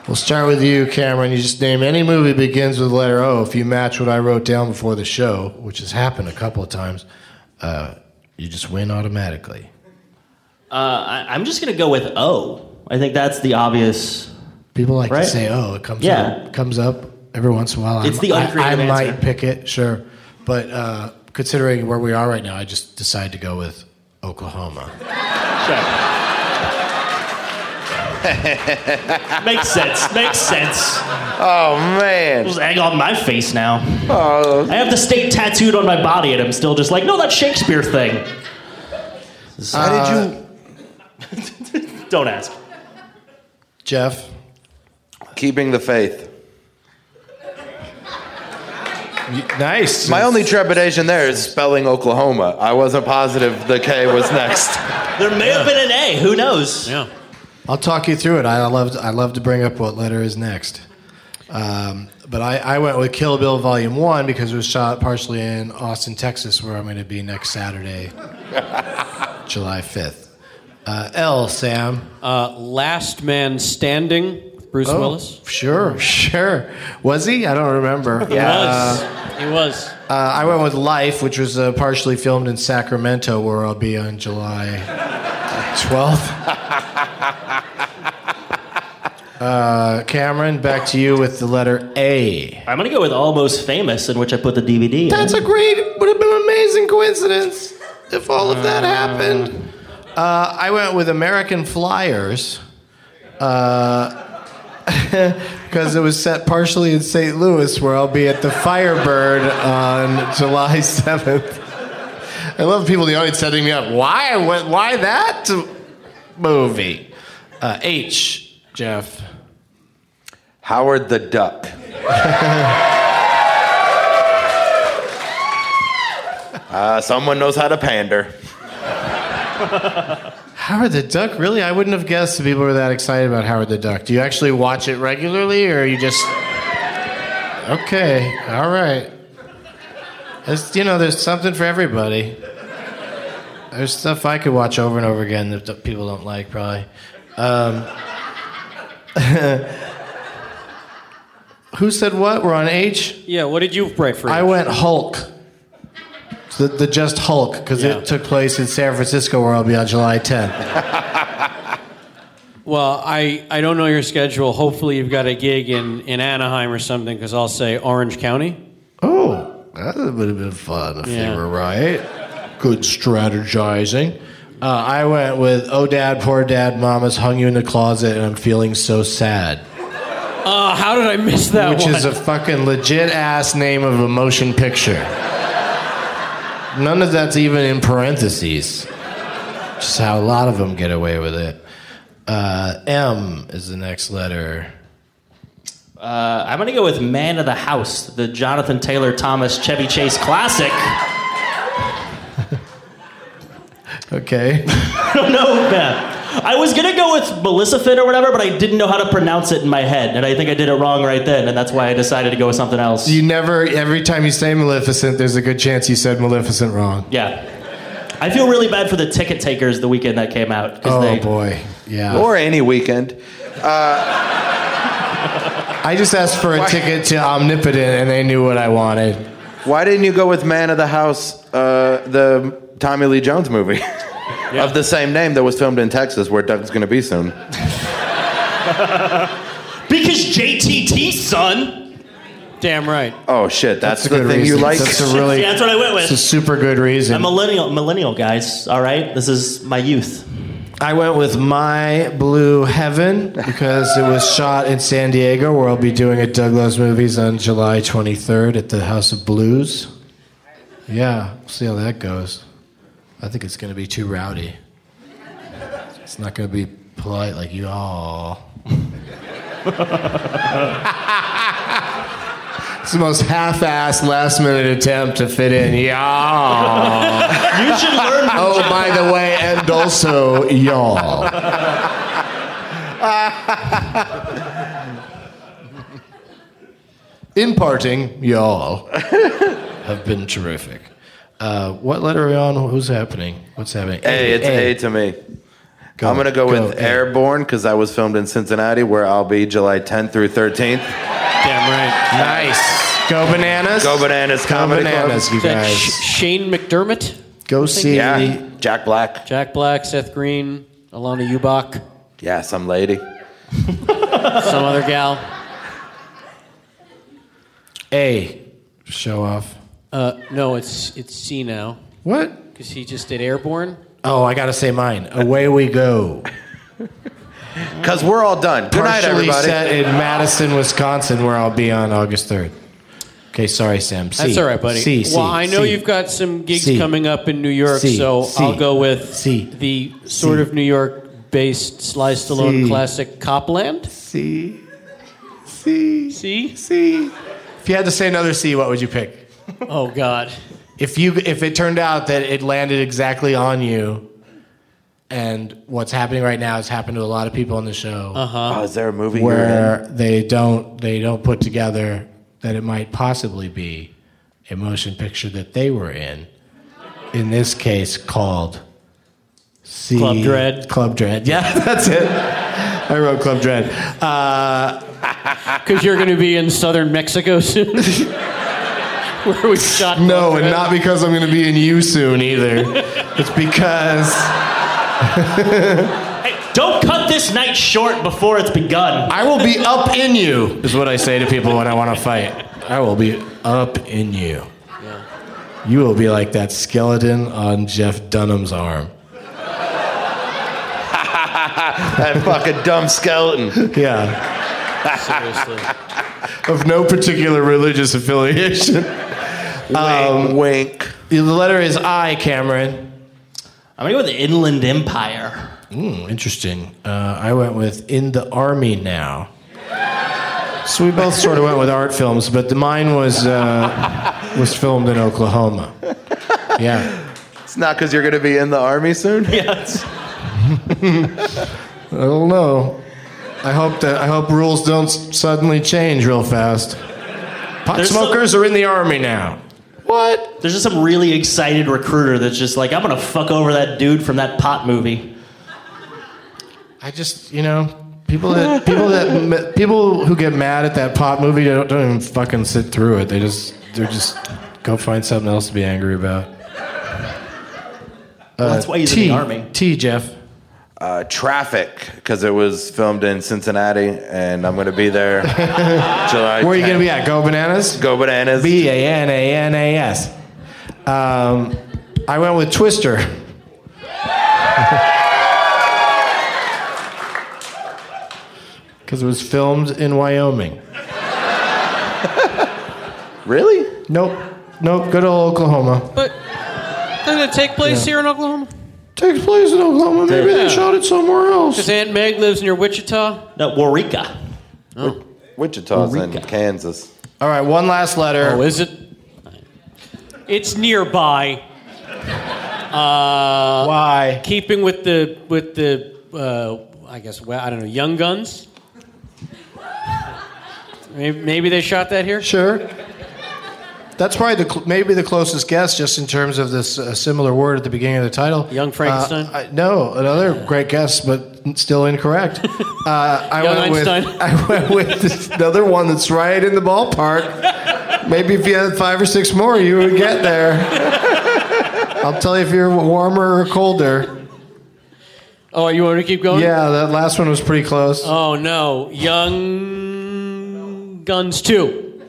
Speaker 3: we'll start with you, Cameron. You just name any movie that begins with the letter O. If you match what I wrote down before the show, which has happened a couple of times, uh, you just win automatically.
Speaker 4: Uh, I, I'm just gonna go with O. I think that's the obvious.
Speaker 3: People like
Speaker 4: Right.
Speaker 3: to say, "Oh, it comes
Speaker 4: Yeah.
Speaker 3: up, comes up every once in a while."
Speaker 4: It's
Speaker 3: I'm-
Speaker 4: the
Speaker 3: I-
Speaker 4: uncreative
Speaker 3: I, might
Speaker 4: answer.
Speaker 3: pick it, sure, but uh, considering where we are right now, I just decide to go with Oklahoma.
Speaker 4: Makes sense. Makes sense.
Speaker 6: Oh man.
Speaker 4: There's egg on my face now.
Speaker 6: Oh,
Speaker 4: I have the state tattooed on my body, and I'm still just like, no, that Shakespeare thing.
Speaker 6: how did you
Speaker 4: Don't ask.
Speaker 3: Jeff,
Speaker 6: keeping the faith?
Speaker 3: nice.
Speaker 6: My only trepidation there is spelling Oklahoma. I wasn't positive the K was next.
Speaker 4: There may have been an A. Who knows?
Speaker 2: Yeah.
Speaker 3: I'll talk you through it. I love I love to bring up what letter is next. Um, but I, I went with Kill Bill Volume One because it was shot partially in Austin, Texas, where I'm going to be next Saturday, July 5th. Uh, L. Sam.
Speaker 2: Uh, Last Man Standing, Bruce
Speaker 3: Oh,
Speaker 2: Willis.
Speaker 3: Sure, sure. Was he? I don't remember.
Speaker 2: He
Speaker 3: Yeah.
Speaker 2: was. he was.
Speaker 3: Uh, I went with Life, which was uh, partially filmed in Sacramento, where I'll be on July 12th. Uh, Cameron, back to you with the letter A.
Speaker 4: I'm gonna go with Almost Famous, in which I put the DVD.
Speaker 3: That's a great, would have been an amazing coincidence if all of that happened. Uh, I went with American Flyers. Uh, because it was set partially in St. Louis, where I'll be at the Firebird on July 7th. I love people in the audience setting me up. Why? What, why that movie? Uh, H. Jeff.
Speaker 6: Howard the Duck. uh, someone knows how to pander.
Speaker 3: Howard the Duck? Really? I wouldn't have guessed that people were that excited about Howard the Duck. Do you actually watch it regularly, or are you just. Okay, all right. It's, you know, there's something for everybody. There's stuff I could watch over and over again that th- people don't like, probably. Um, who said what? We're on H?
Speaker 4: Yeah, what did you write for?
Speaker 3: I went Hulk. The, the just Hulk, because
Speaker 4: Yeah.
Speaker 3: it took place in San Francisco, where I'll be on July 10th.
Speaker 4: Well, I, I don't know your schedule. Hopefully, you've got a gig in, in Anaheim or something because I'll say Orange County.
Speaker 3: Oh, that would have been fun if
Speaker 4: Yeah.
Speaker 3: you were right. Good strategizing. Uh, I went with "Oh Dad, Poor Dad, Mama's hung you in the closet, and I'm feeling so sad,"
Speaker 4: Uh, how did I miss that
Speaker 3: which
Speaker 4: one?
Speaker 3: is a fucking legit ass name of a motion picture. None of that's even in parentheses. Just how a lot of them get away with it. Uh, M is the next letter.
Speaker 5: Uh, I'm going to go with Man of the House, the Jonathan Taylor Thomas Chevy Chase classic. I
Speaker 3: Okay.
Speaker 5: don't know, man. I was going to go with Maleficent or whatever, but I didn't know how to pronounce it in my head. And I think I did it wrong right then. And that's why I decided to go with something else.
Speaker 3: You never. Every time you say Maleficent, there's a good chance you said Maleficent wrong.
Speaker 5: Yeah. I feel really bad for the ticket takers the weekend that came out. 'cause
Speaker 3: Oh
Speaker 5: they-
Speaker 3: boy, yeah.
Speaker 6: Or any weekend.
Speaker 3: I just asked for a ticket to Omnipotent, and they knew what I wanted.
Speaker 6: Why didn't you go with Man of the House, uh, the Tommy Lee Jones movie of the same name that was filmed in Texas, where Doug's going to be soon?
Speaker 5: Because JTT, son.
Speaker 4: Damn right.
Speaker 6: Oh shit, that's, the thing
Speaker 3: reason.
Speaker 6: you like.
Speaker 3: That's a really,
Speaker 5: Yeah, that's what I went
Speaker 3: It's a
Speaker 5: with.
Speaker 3: super good reason.
Speaker 5: I'm millennial, millennial guys. All right, this is my youth.
Speaker 3: I went with My Blue Heaven because it was shot in San Diego, where I'll be doing a Doug Loves Movies on July 23rd at the House of Blues. Yeah, we'll see how that goes. I think it's going to be too rowdy. It's not going to be polite like you all. it's the most half-assed last-minute attempt to fit in y'all.
Speaker 5: You should learn.
Speaker 3: Oh, by the way, and also y'all. In parting, y'all have been terrific. Uh, what letter are we on? Who's happening? What's happening?
Speaker 6: Hey, it's A, to me.
Speaker 3: Go,
Speaker 6: I'm going to go,
Speaker 3: go,
Speaker 6: with
Speaker 3: A.
Speaker 6: Airborne because that was filmed in Cincinnati, where I'll be July 10th through 13th.
Speaker 4: Damn right.
Speaker 3: Nice. Go bananas.
Speaker 6: Go Bananas
Speaker 3: Go
Speaker 6: Comedy
Speaker 3: bananas,
Speaker 6: Club.
Speaker 3: you
Speaker 4: Is that
Speaker 3: guys.
Speaker 4: Sh- Shane McDermott,
Speaker 3: go see.
Speaker 6: Yeah, Jack Black.
Speaker 4: Jack Black, Seth Green, Alana Ubach,
Speaker 6: Yeah, some lady.
Speaker 4: some other gal.
Speaker 3: A. Show off.
Speaker 4: Uh, no, it's it's C now
Speaker 3: What?
Speaker 4: because he just did Airborne.
Speaker 3: Oh, I got to say mine. Away we go.
Speaker 6: Because we're all done. Good night,
Speaker 3: partially
Speaker 6: everybody.
Speaker 3: set in Madison, Wisconsin, where I'll be on August 3rd. Okay, sorry, Sam. C.
Speaker 4: That's all right, buddy.
Speaker 3: C,
Speaker 4: well,
Speaker 3: C,
Speaker 4: I know
Speaker 3: C.
Speaker 4: you've got some gigs
Speaker 3: C.
Speaker 4: coming up in New York,
Speaker 3: C.
Speaker 4: so
Speaker 3: C.
Speaker 4: I'll go with
Speaker 3: C.
Speaker 4: the sort of New York-based Sly Stallone
Speaker 3: C.
Speaker 4: classic Copland.
Speaker 3: C. C.
Speaker 4: See?
Speaker 3: C. If you had to say another C, what would you pick?
Speaker 4: Oh God.
Speaker 3: If you if it turned out that it landed exactly on you, and what's happening right now has happened to a lot of people on the show,
Speaker 4: Uh-huh.
Speaker 6: Oh, is there a movie you're in?
Speaker 3: where they don't they don't put together that it might possibly be a motion picture that they were in. In this case, called C-
Speaker 4: Club Dread.
Speaker 3: Club Dread. Yeah, that's it. I wrote Club Dread. Uh,
Speaker 4: Because you're going to be in southern Mexico soon. Where we shot.
Speaker 3: no, and not because I'm going to be in you soon either. it's because
Speaker 5: Hey, don't cut this night short before it's begun.
Speaker 3: I will be up in you. Is what I say to people when I want to fight. I will be up in you. You will be like that skeleton on Jeff Dunham's arm.
Speaker 6: That fucking dumb skeleton.
Speaker 3: Yeah.
Speaker 4: Seriously.
Speaker 3: of no particular religious affiliation. Um,
Speaker 6: Wink.
Speaker 3: the letter is I, Cameron.
Speaker 5: I'm gonna go with the Inland Empire.
Speaker 3: Mm, interesting. Uh, I went with In the Army Now. So we both sort of went with art films, but the mine was uh, was filmed in Oklahoma. Yeah,
Speaker 6: It's not because you're going to be in the army soon.
Speaker 5: Yes.
Speaker 3: I don't know. I hope that I hope rules don't s- suddenly change real fast. Pot
Speaker 5: There's
Speaker 3: smokers are in the army now. What?
Speaker 5: There's just some really excited recruiter that's just like, I'm gonna fuck over that dude from that pot movie.
Speaker 3: I just you know people that people that m- people who get mad at that pop movie don't, don't even fucking sit through it. They just they're just go find something else to be angry about.
Speaker 5: Well, that's why he's
Speaker 3: T,
Speaker 5: in the army.
Speaker 3: T, Jeff.
Speaker 6: Uh, traffic, because it was filmed in Cincinnati, and I'm going to be there July.
Speaker 3: Where are you going to be
Speaker 6: 10th.
Speaker 3: at? Go Bananas?
Speaker 6: Go bananas.
Speaker 3: B A N A N A S. Um, I went with Twister. Because it was filmed in Wyoming.
Speaker 6: Really?
Speaker 3: Nope. Nope. Good old Oklahoma.
Speaker 4: But doesn't it take place here in Oklahoma?
Speaker 3: Takes place in Oklahoma. Maybe they shot it somewhere else.
Speaker 4: Because Aunt Meg lives near Wichita.
Speaker 5: No, Warika.
Speaker 6: Wichita's in Kansas.
Speaker 3: All right, one last letter.
Speaker 4: Oh, is it? It's nearby.
Speaker 3: Why?
Speaker 4: Keeping with the with the uh, I guess well, I don't know Young Guns. Maybe, maybe they shot that here.
Speaker 3: Sure. That's probably the cl- maybe the closest guess, just in terms of this uh, similar word at the beginning of the title.
Speaker 4: Young Frankenstein?
Speaker 3: Uh, I- no, another great guess, but still incorrect. Uh, I
Speaker 4: Young
Speaker 3: went
Speaker 4: Einstein.
Speaker 3: with I went with this, another one that's right in the ballpark. Maybe if you had five or six more, you would get there. I'll tell you if you're warmer or colder.
Speaker 4: Oh, you want me to keep going?
Speaker 3: Yeah, that last one was pretty close.
Speaker 4: Oh no, Young Guns Two.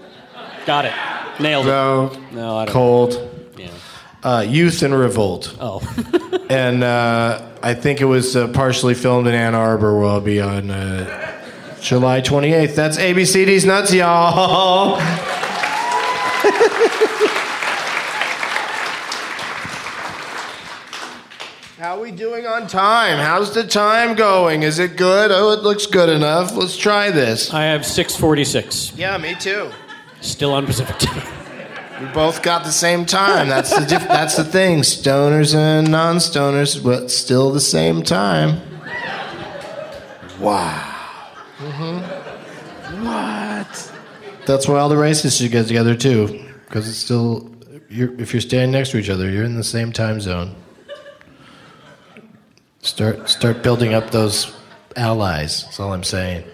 Speaker 4: Got it. Nailed it.
Speaker 3: no,
Speaker 4: No, I don't.
Speaker 3: cold.
Speaker 4: Yeah.
Speaker 3: Uh, youth and revolt.
Speaker 4: Oh.
Speaker 3: and uh, I think it was uh, partially filmed in Ann Arbor. Will be on uh, July 28th. That's ABCD's nuts, y'all. How we doing on time? How's the time going? Is it good? Oh, it looks good enough. Let's try this.
Speaker 4: I have 646.
Speaker 3: Yeah, me too.
Speaker 4: Still on Pacific Time.
Speaker 3: We both got the same time. That's the diff- that's the thing. Stoners and non-stoners, but still the same time.
Speaker 6: What?
Speaker 3: Mm-hmm. That's why all the races should get together too, because it's still. You're, if you're standing next to each other, you're in the same time zone. Start start building up those allies. That's all I'm saying.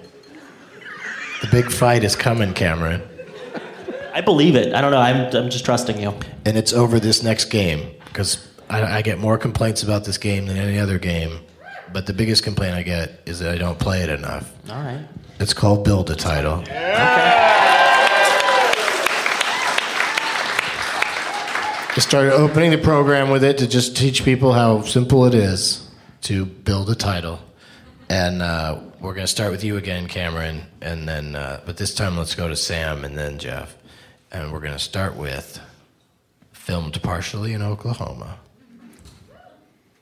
Speaker 3: The big fight is coming, Cameron,
Speaker 5: I believe it. I don't know. I'm, I'm just trusting you.
Speaker 3: and it's over this next game because I, I get more complaints about this game than any other game. But the biggest complaint I get is that I don't play it enough.
Speaker 5: All right.
Speaker 3: It's called Build a Title. Just started opening the program with it to just teach people how simple it is to build a title. And uh, we're going to start with you again, Cameron, and then, uh, but this time let's go to Sam and then Jeff. And we're going to start with filmed partially in Oklahoma,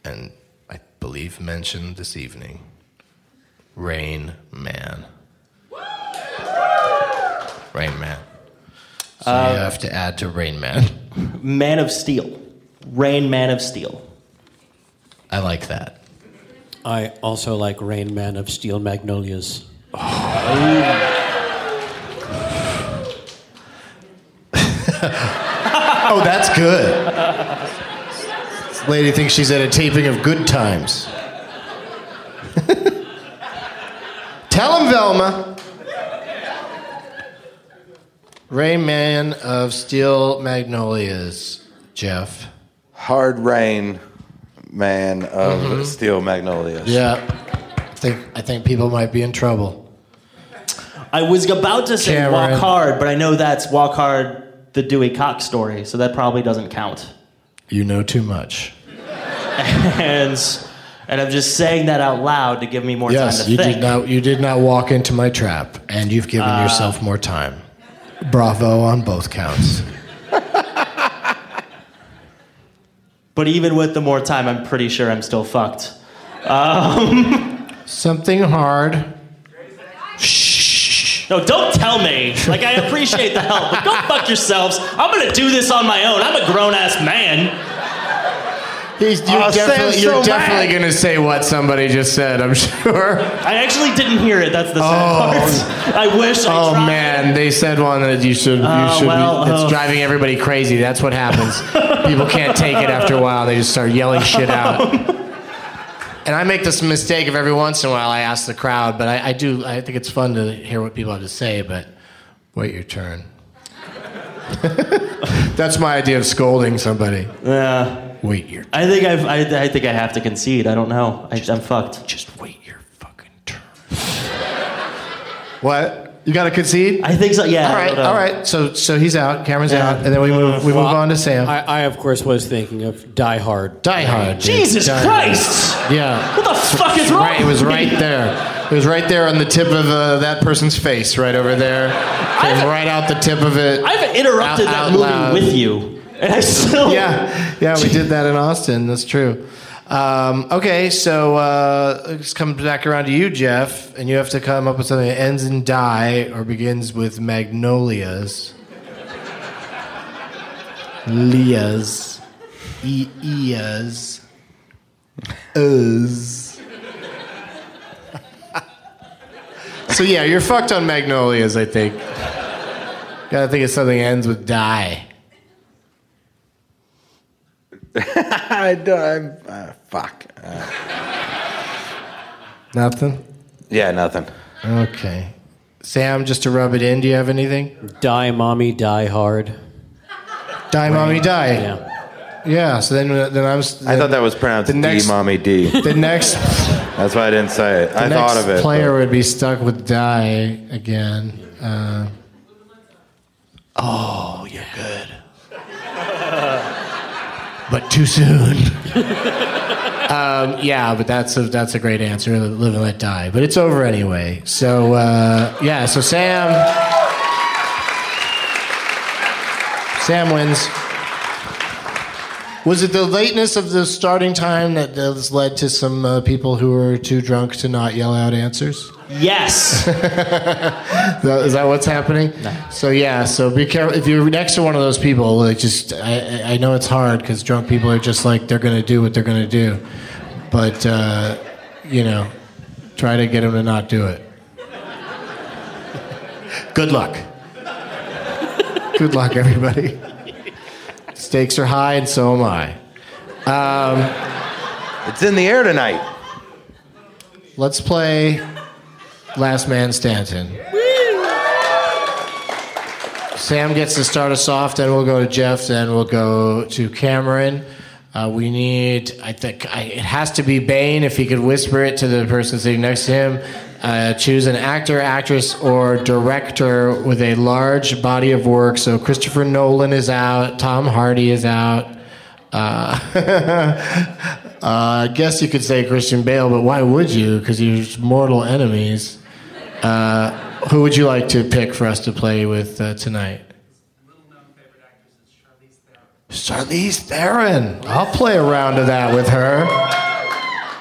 Speaker 3: and I believe mentioned this evening, Rain Man. Rain Man. So you have to add to Rain Man.
Speaker 5: Man of Steel. Rain Man of Steel.
Speaker 3: I like that.
Speaker 4: I also like Rain Man of Steel Magnolias.
Speaker 3: Oh, that's good. This lady thinks she's at a taping of Good Times. Tell him, Velma. Rain Man of Steel Magnolias, Jeff.
Speaker 6: Hard rain, man of steel magnolias.
Speaker 3: Mm-hmm. Yeah, I think I think people might be in trouble.
Speaker 5: I was about to say
Speaker 3: Cameron.
Speaker 5: Walk Hard, but I know that's Walk Hard, the Dewey Cox story, so that probably doesn't count.
Speaker 3: You know too much.
Speaker 5: And And I'm just saying that out loud to give me more
Speaker 3: Yes,
Speaker 5: time to
Speaker 3: you
Speaker 5: think. Uh.
Speaker 3: did not. You did not walk into my trap, and you've given yourself more time. Bravo on both counts.
Speaker 5: But even with the more time, I'm pretty sure I'm still fucked.
Speaker 3: Something hard.
Speaker 5: No, don't tell me. Like, I appreciate the help, but go fuck yourselves. I'm gonna do this on my own. I'm a grown ass man.
Speaker 3: He's, you're
Speaker 9: Oh,
Speaker 3: definitely,
Speaker 9: Sam's
Speaker 3: you're
Speaker 9: so
Speaker 3: definitely
Speaker 9: mad.
Speaker 3: going to say what somebody just said. I'm sure.
Speaker 5: I actually didn't hear it. That's the sad part. I wish I
Speaker 3: Oh
Speaker 5: tried.
Speaker 3: man, they said one that you should. You
Speaker 5: Oh,
Speaker 3: should.
Speaker 5: well,
Speaker 3: it's
Speaker 5: oh.
Speaker 3: driving everybody crazy. That's what happens. People can't take it after a while. They just start yelling shit out. And I make this mistake of every once in a while. I ask the crowd, but I, I do. I think it's fun to hear what people have to say. But wait your turn. That's my idea of scolding somebody.
Speaker 5: Yeah.
Speaker 3: Wait your.
Speaker 5: I think I've, I, I think I have to concede. I don't know. I, I'm fucked.
Speaker 3: Just wait your fucking turn. what? You gotta concede.
Speaker 5: I think so. Yeah.
Speaker 3: All right,
Speaker 5: I don't know.
Speaker 3: all right. So, so he's out. Cameron's
Speaker 5: Yeah.
Speaker 3: out, and then we move. We move on to Sam.
Speaker 2: I, I, of course, was thinking of Die Hard.
Speaker 3: Die Hard. dude.
Speaker 5: Jesus
Speaker 3: Die
Speaker 5: Christ!
Speaker 3: Hard. Yeah.
Speaker 5: What the fuck is wrong?
Speaker 3: Right. It was
Speaker 5: with
Speaker 3: right
Speaker 5: me?
Speaker 3: there. It was right there on the tip of uh, that person's face, right over there. Came
Speaker 5: I've-
Speaker 3: right out the tip of it.
Speaker 5: I've interrupted
Speaker 3: Out-
Speaker 5: that
Speaker 3: out
Speaker 5: movie
Speaker 3: loud.
Speaker 5: with you, and I still.
Speaker 3: yeah, yeah. We did that in Austin. That's true. Um, okay, so uh, this comes back around to you, Jeff, and you have to come up with something that ends in die or begins with magnolias. Leas. E- Eas. Us. so, yeah, you're fucked on magnolias, I think. Gotta think of something that ends with die.
Speaker 6: I don't. I'm, uh, fuck. Uh,
Speaker 3: Nothing?
Speaker 6: yeah, nothing.
Speaker 3: Okay. Sam, just to rub it in, do you have anything?
Speaker 2: Die Mommy, Die Hard.
Speaker 3: Die, mommy, die. Yeah.
Speaker 2: Yeah.
Speaker 3: so then, then I'm. s-
Speaker 6: I thought that was pronounced
Speaker 3: The next-
Speaker 6: D, mommy D.
Speaker 3: the next.
Speaker 6: That's why I didn't say it.
Speaker 3: The
Speaker 6: I
Speaker 3: next
Speaker 6: thought of it.
Speaker 3: player would be stuck with die again. Uh, oh, you're good. but too soon. um, yeah, but that's a that's a great answer. Live and let die. But it's over anyway. So uh, yeah. So Sam. Sam wins. Was it the lateness of the starting time that has led to some uh, people who were too drunk to not yell out answers?
Speaker 5: Yes.
Speaker 3: Is that- Is that what's happening? So yeah, so be careful if you're next to one of those people. Like just, I, I- I know it's hard because drunk people are just like they're gonna do what they're gonna do, but uh, you know, try to get them to not do it. Good luck. Good luck, everybody. Stakes are high, and so am I.
Speaker 6: It's in the air tonight.
Speaker 3: Let's play Last Man Stanton. Sam gets to start us off, then we'll go to Jeff, then we'll go to Cameron. Uh, we need, I think, I, it has to be Bane if he could whisper it to the person sitting next to him. Uh, choose an actor, actress, or director with a large body of work. So Christopher Nolan is out, Tom Hardy is out. Uh, uh, I guess you could say Christian Bale, but why would you? Because you're mortal enemies. Uh, who would you like to pick for us to play with uh, tonight? Charlize Theron. I'll play a round of that with her.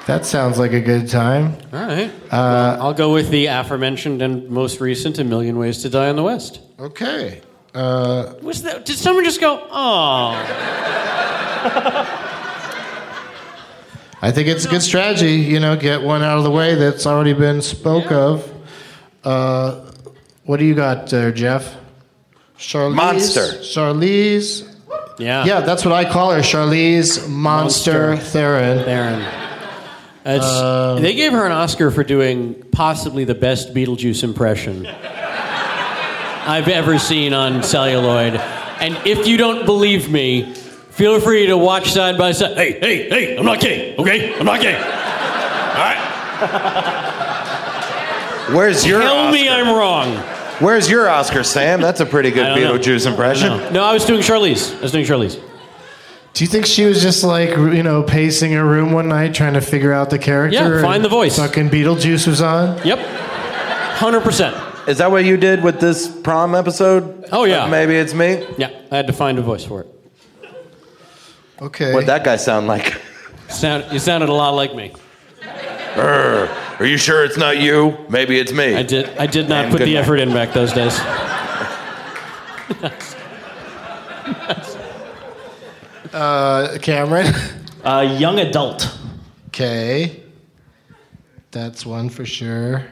Speaker 3: That sounds like a good time.
Speaker 2: All right. Uh, I'll go with the aforementioned and most recent A Million Ways to Die in the West.
Speaker 3: Okay. Uh,
Speaker 2: Was that, did someone just go, oh?
Speaker 3: I think it's a good strategy. You know, get one out of the way that's already been spoke of. Uh, what do you got there, Jeff? Charlize.
Speaker 6: Monster.
Speaker 3: Charlize.
Speaker 2: Yeah.
Speaker 3: Yeah, that's what I call her, Charlize Monster,
Speaker 2: Monster.
Speaker 3: Theron.
Speaker 2: Theron. It's, they gave her an Oscar for doing possibly the best Beetlejuice impression I've ever seen on celluloid. And if you don't believe me, feel free to watch side by side. Hey, hey, hey, I'm not kidding, okay? I'm not kidding.
Speaker 6: Where's your
Speaker 2: Tell
Speaker 6: Oscar?
Speaker 2: me I'm wrong.
Speaker 6: Where's your Oscar, Sam? That's a pretty good
Speaker 2: I don't know.
Speaker 6: Beetlejuice impression.
Speaker 2: No, I was doing Charlize. I was doing Charlize.
Speaker 3: Do you think she was just like you know pacing her room one night trying to figure out the character?
Speaker 4: Yeah,
Speaker 3: and
Speaker 4: find the voice.
Speaker 3: Fucking Beetlejuice was on.
Speaker 4: Yep. 100%.
Speaker 6: Is that what you did with this prom episode?
Speaker 4: Oh, yeah.
Speaker 6: Like, maybe it's me.
Speaker 4: Yeah, I had to find a voice for it.
Speaker 3: Okay.
Speaker 6: What'd that guy sound like?
Speaker 4: Sound, you sounded a lot like me.
Speaker 6: Err, are you sure it's not you? Maybe it's me.
Speaker 4: I did. I did not
Speaker 6: Damn
Speaker 4: put
Speaker 6: good
Speaker 4: the
Speaker 6: man.
Speaker 4: effort in back those days.
Speaker 3: Uh, Cameron.
Speaker 5: Uh, young adult.
Speaker 3: Okay. That's one for sure.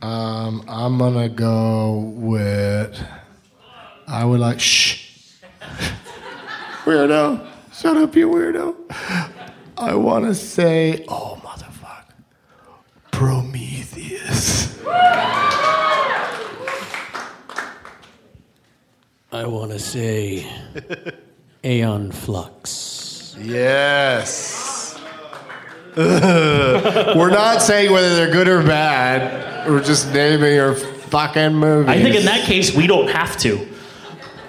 Speaker 3: Um, I'm gonna go with. I would like shh. weirdo, shut up, you weirdo. I want to say, oh motherfucker, Prometheus.
Speaker 4: I want to say, Aeon Flux.
Speaker 3: Yes. Ugh. We're not saying whether they're good or bad. We're just naming our fucking movies.
Speaker 5: I think in that case, we don't have to.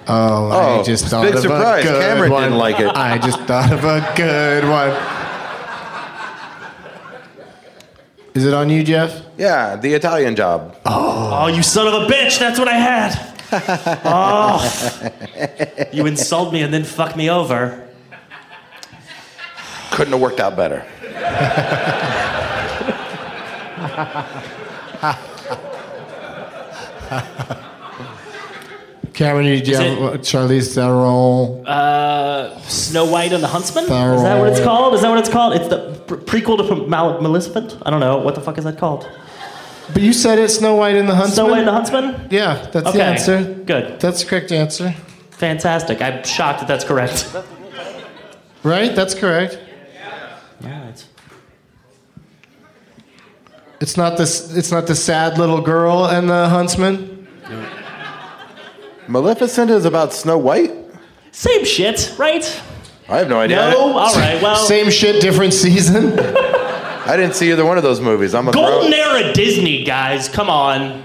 Speaker 3: Oh, I
Speaker 6: Oh,
Speaker 3: just thought
Speaker 6: big
Speaker 3: of
Speaker 6: surprise.
Speaker 3: a good
Speaker 6: Cameron
Speaker 3: one.
Speaker 6: didn't like it.
Speaker 3: I just thought of a good one. Is it on you, Jeff?
Speaker 6: yeah, the Italian job.
Speaker 3: Uh,
Speaker 5: Oh, you son of a bitch! That's what I had. oh, you insult me and then fuck me over.
Speaker 6: Couldn't have worked out better.
Speaker 3: Cameron, you, do you
Speaker 5: Is
Speaker 3: have
Speaker 5: it-
Speaker 3: what, Charlize Theron?
Speaker 5: Uh, Snow White and the Huntsman?
Speaker 3: Thorough.
Speaker 5: Is that what it's called? Is that what it's called? It's the pre- prequel to Mal- Maleficent? I don't know. What the fuck is that called?
Speaker 3: but you said it, Snow White and the Huntsman.
Speaker 5: Snow White and the Huntsman?
Speaker 3: Yeah, that's
Speaker 5: Okay.
Speaker 3: the answer.
Speaker 5: Good.
Speaker 3: That's the correct answer.
Speaker 5: Fantastic. I'm shocked that that's correct. All
Speaker 3: Right? That's correct.
Speaker 5: right.
Speaker 3: It's not this. It's not the sad little girl and the huntsman.
Speaker 6: Maleficent is about Snow White?
Speaker 5: Same shit, right?
Speaker 6: I have no idea. I
Speaker 5: No?
Speaker 6: didn't-
Speaker 5: All right, well.
Speaker 3: Same shit, different season.
Speaker 6: I didn't see either one of those movies. I'm a
Speaker 5: Golden
Speaker 6: grown-
Speaker 5: era Disney, guys. Come on.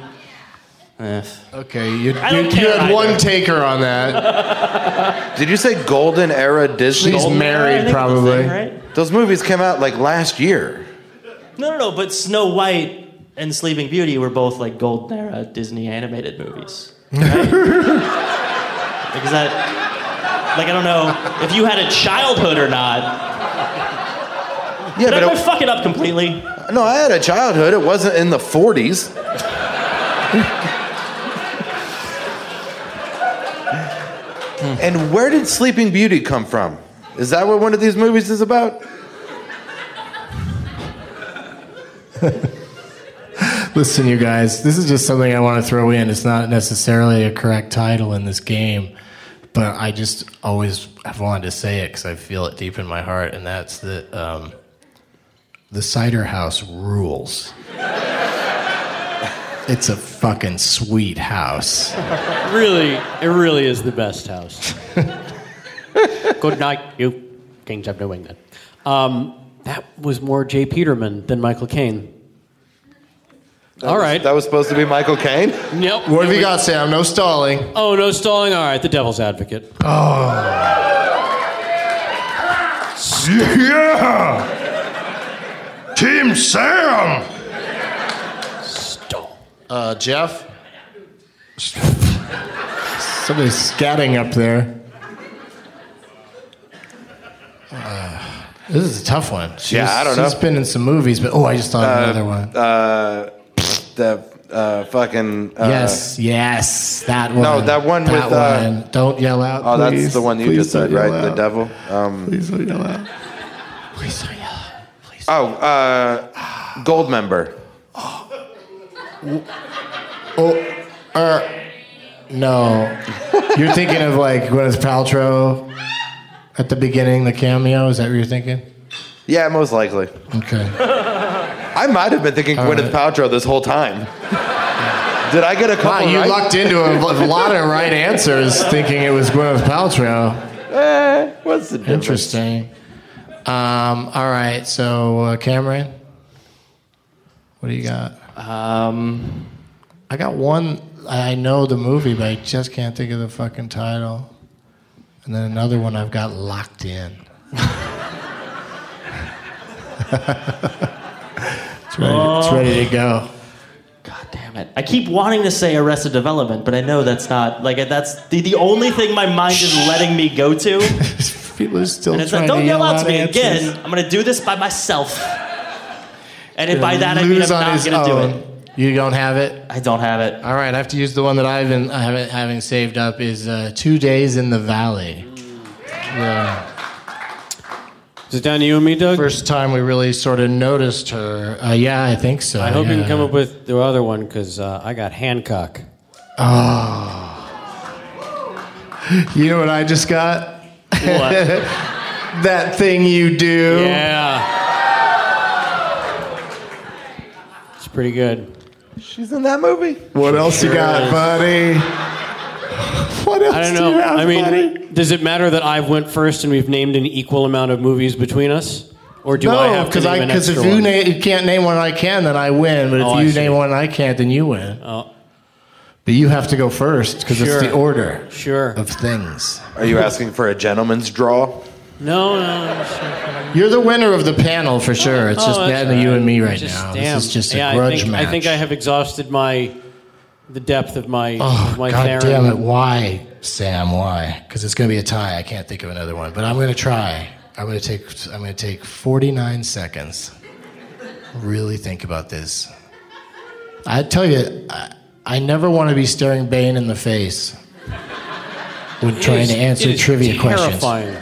Speaker 5: Eh.
Speaker 3: okay, you, you, you
Speaker 5: I don't care
Speaker 3: had
Speaker 5: either.
Speaker 3: one taker on that.
Speaker 6: Did you say Golden Era Disney?
Speaker 3: She's
Speaker 5: Golden era, I
Speaker 3: married,
Speaker 5: think, was the
Speaker 3: probably.
Speaker 5: thing, right?
Speaker 6: Those movies came out like last year.
Speaker 5: No, no, no. But Snow White and Sleeping Beauty were both like golden era Disney animated movies. Right? like, is that like I don't know if you had a childhood or not?
Speaker 6: Yeah,
Speaker 5: Did I
Speaker 6: but
Speaker 5: fuck it up completely?
Speaker 6: it, no, I had a childhood. It wasn't in the 40s. and where did Sleeping Beauty come from? Is that what one of these movies is about?
Speaker 3: Listen, you guys, this is just something I want to throw in. It's not necessarily a correct title in this game, but I just always have wanted to say it because I feel it deep in my heart, and that's that um, the cider house rules. it's a fucking sweet house.
Speaker 4: Really, it really is the best house. Good night, you kings of New England. Um, that was more Jay Peterman than Michael Caine. All right.
Speaker 6: That was supposed to be Michael Caine?
Speaker 4: Yep.
Speaker 3: What have you got, Sam? No stalling.
Speaker 4: Oh no, stalling. All right, the devil's advocate.
Speaker 10: Yeah! Team Sam!
Speaker 4: Stall.
Speaker 3: Uh, Jeff? Somebody's scatting up there. Uh, this is a tough one. She's,
Speaker 6: Yeah, I don't know.
Speaker 3: She's been in some movies, but oh, I just thought of another one.
Speaker 6: Uh, the uh, fucking. Uh,
Speaker 3: yes, yes, that one.
Speaker 6: that one with, uh,
Speaker 3: one. Don't yell out.
Speaker 6: Oh, that's
Speaker 3: please.
Speaker 6: the one you
Speaker 3: Please
Speaker 6: just said,
Speaker 3: don't
Speaker 6: right?
Speaker 3: yell
Speaker 6: The
Speaker 3: out.
Speaker 6: devil. Um,
Speaker 3: Please don't yell out. Please don't yell out. Please.
Speaker 6: oh, uh, gold member.
Speaker 3: Oh, er, no. You're thinking of like Gwyneth Paltrow at the beginning, the cameo. Is that what you're thinking?
Speaker 6: Yeah, most likely.
Speaker 3: Okay.
Speaker 6: I might have been thinking Gwyneth Paltrow this whole time. Did I get a
Speaker 3: Wow,
Speaker 6: couple
Speaker 3: you
Speaker 6: right?
Speaker 3: lucked into a a lot of right answers thinking it was Gwyneth Paltrow.
Speaker 6: Eh, what's the difference?
Speaker 3: Interesting. Um, all right, so uh, Cameron, what do you got?
Speaker 5: Um,
Speaker 3: I got one. I I know the movie, but I just can't think of the fucking title. and then another one I've got locked in. it's, ready, it's ready to go.
Speaker 5: Damn it. I keep wanting to say Arrested Development, but I know that's not like that's the, the only thing my mind is letting me go to.
Speaker 3: People are still
Speaker 5: And it's
Speaker 3: trying
Speaker 5: like, don't
Speaker 3: to
Speaker 5: yell
Speaker 3: yell
Speaker 5: out to me
Speaker 3: answers.
Speaker 5: again. I'm gonna do this by myself. And if by
Speaker 3: Gonna
Speaker 5: that I mean I'm
Speaker 3: lose on
Speaker 5: not
Speaker 3: his
Speaker 5: gonna do
Speaker 3: own.
Speaker 5: it.
Speaker 3: You don't have it.
Speaker 5: I don't have it.
Speaker 3: All right, I have to use the one that I've been I haven't having saved up is uh, two days in the valley. Yeah.
Speaker 2: Is it down to you and me, Doug?
Speaker 3: first time we really sort of noticed her. Uh, yeah, I think so.
Speaker 2: I hope you
Speaker 3: yeah.
Speaker 2: can come up with the other one because uh, I got Hancock.
Speaker 3: Oh. You know what I just got? that thing you do.
Speaker 2: Yeah. It's pretty good.
Speaker 6: She's in that movie.
Speaker 3: What else you
Speaker 2: Sure
Speaker 3: got,
Speaker 2: is.
Speaker 3: buddy? What else
Speaker 2: I don't
Speaker 3: do
Speaker 2: know.
Speaker 3: you have,
Speaker 2: I mean,
Speaker 3: buddy?
Speaker 2: does it matter that I went first and we've named an equal amount of movies between us, or do I
Speaker 3: no,
Speaker 2: have to
Speaker 3: because
Speaker 2: name an
Speaker 3: because
Speaker 2: extra
Speaker 3: if you,
Speaker 2: one?
Speaker 3: na- you can't name one I can, then I win. But if
Speaker 2: Oh, I
Speaker 3: you
Speaker 2: see.
Speaker 3: name one I can't, then you win.
Speaker 2: oh,
Speaker 3: But you have to go first because
Speaker 2: Sure.
Speaker 3: it's the order
Speaker 2: sure.
Speaker 3: of things.
Speaker 6: Are you asking for a gentleman's draw?
Speaker 2: No, no. Sure.
Speaker 3: You're the winner of the panel for sure. It's just
Speaker 2: Oh, that's
Speaker 3: down to you
Speaker 2: all
Speaker 3: and me right
Speaker 2: Just-
Speaker 3: now.
Speaker 2: damn.
Speaker 3: This is just a
Speaker 2: yeah,
Speaker 3: grudge
Speaker 2: I think,
Speaker 3: match.
Speaker 2: I think I have exhausted my the depth of my
Speaker 3: Oh,
Speaker 2: of my
Speaker 3: God
Speaker 2: Theron.
Speaker 3: damn it. Why, Sam? Why? Because it's going to be a tie. I can't think of another one, but I'm going to try. I'm going to take, I'm going to take 49 seconds. Really think about this. I tell you, I, I never want to be staring Bane in the face when
Speaker 2: It
Speaker 3: trying
Speaker 2: is-
Speaker 3: to answer
Speaker 2: it is
Speaker 3: trivia questions.
Speaker 2: terrifying.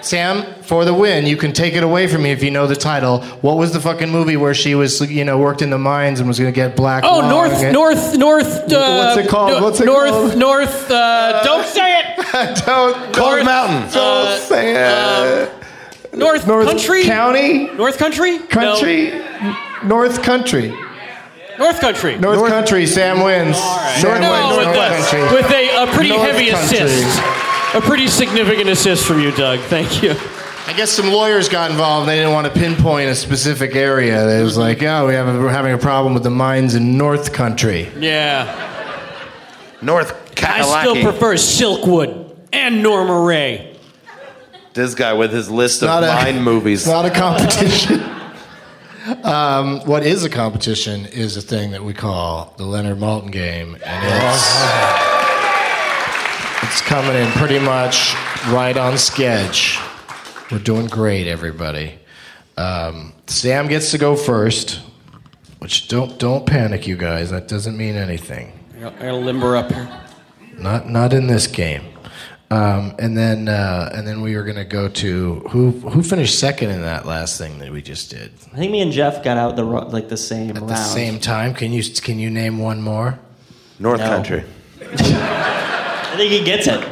Speaker 3: Sam, for the win, you can take it away from me if you know the title. What was the fucking movie where she was, you know, worked in the mines and was going to get black?
Speaker 2: Oh,
Speaker 3: lung
Speaker 2: north,
Speaker 3: and-
Speaker 2: north, north. Uh,
Speaker 3: What's it called?
Speaker 2: no-
Speaker 3: What's it
Speaker 2: north,
Speaker 3: called?
Speaker 2: north. Uh, don't say it.
Speaker 3: Don't,
Speaker 2: North-
Speaker 3: don't
Speaker 6: Mountain.
Speaker 3: Don't
Speaker 2: uh,
Speaker 3: say it.
Speaker 2: North,
Speaker 3: North
Speaker 2: country.
Speaker 3: County?
Speaker 2: North country. No.
Speaker 3: Country? North Country.
Speaker 2: North country.
Speaker 3: North, Country, Sam wins. Sam
Speaker 2: No,
Speaker 3: wins.
Speaker 2: with,
Speaker 3: North
Speaker 2: a,
Speaker 3: Country.
Speaker 2: with a, a pretty
Speaker 3: North
Speaker 2: heavy
Speaker 3: Country.
Speaker 2: assist. A pretty significant assist from you, Doug. Thank you.
Speaker 3: I guess some lawyers got involved. They didn't want to pinpoint a specific area. It was like, oh, we have a, we're having a problem with the mines in North Country.
Speaker 2: Yeah.
Speaker 6: North
Speaker 2: I
Speaker 6: Cadillac.
Speaker 2: still prefer Silkwood and Norma Ray.
Speaker 6: this guy with his list of
Speaker 3: Not a-
Speaker 6: mine movies.
Speaker 3: It's not a competition. um, what is a competition is a thing that we call the Leonard Malton game, and it's it's coming in pretty much right on sketch. We're doing great, everybody. Um, Sam gets to go first, which don't don't panic, you guys. That doesn't mean anything.
Speaker 2: I gotta limber up here.
Speaker 3: Not not in this game. Um, and then uh, and then we were gonna go to who who finished second in that last thing that we just did
Speaker 5: I think me and Jeff got out the ro- like the same
Speaker 3: at
Speaker 5: round.
Speaker 3: the same time. Can you can you name one more?
Speaker 6: North
Speaker 5: No.
Speaker 6: Country.
Speaker 5: I think he gets it.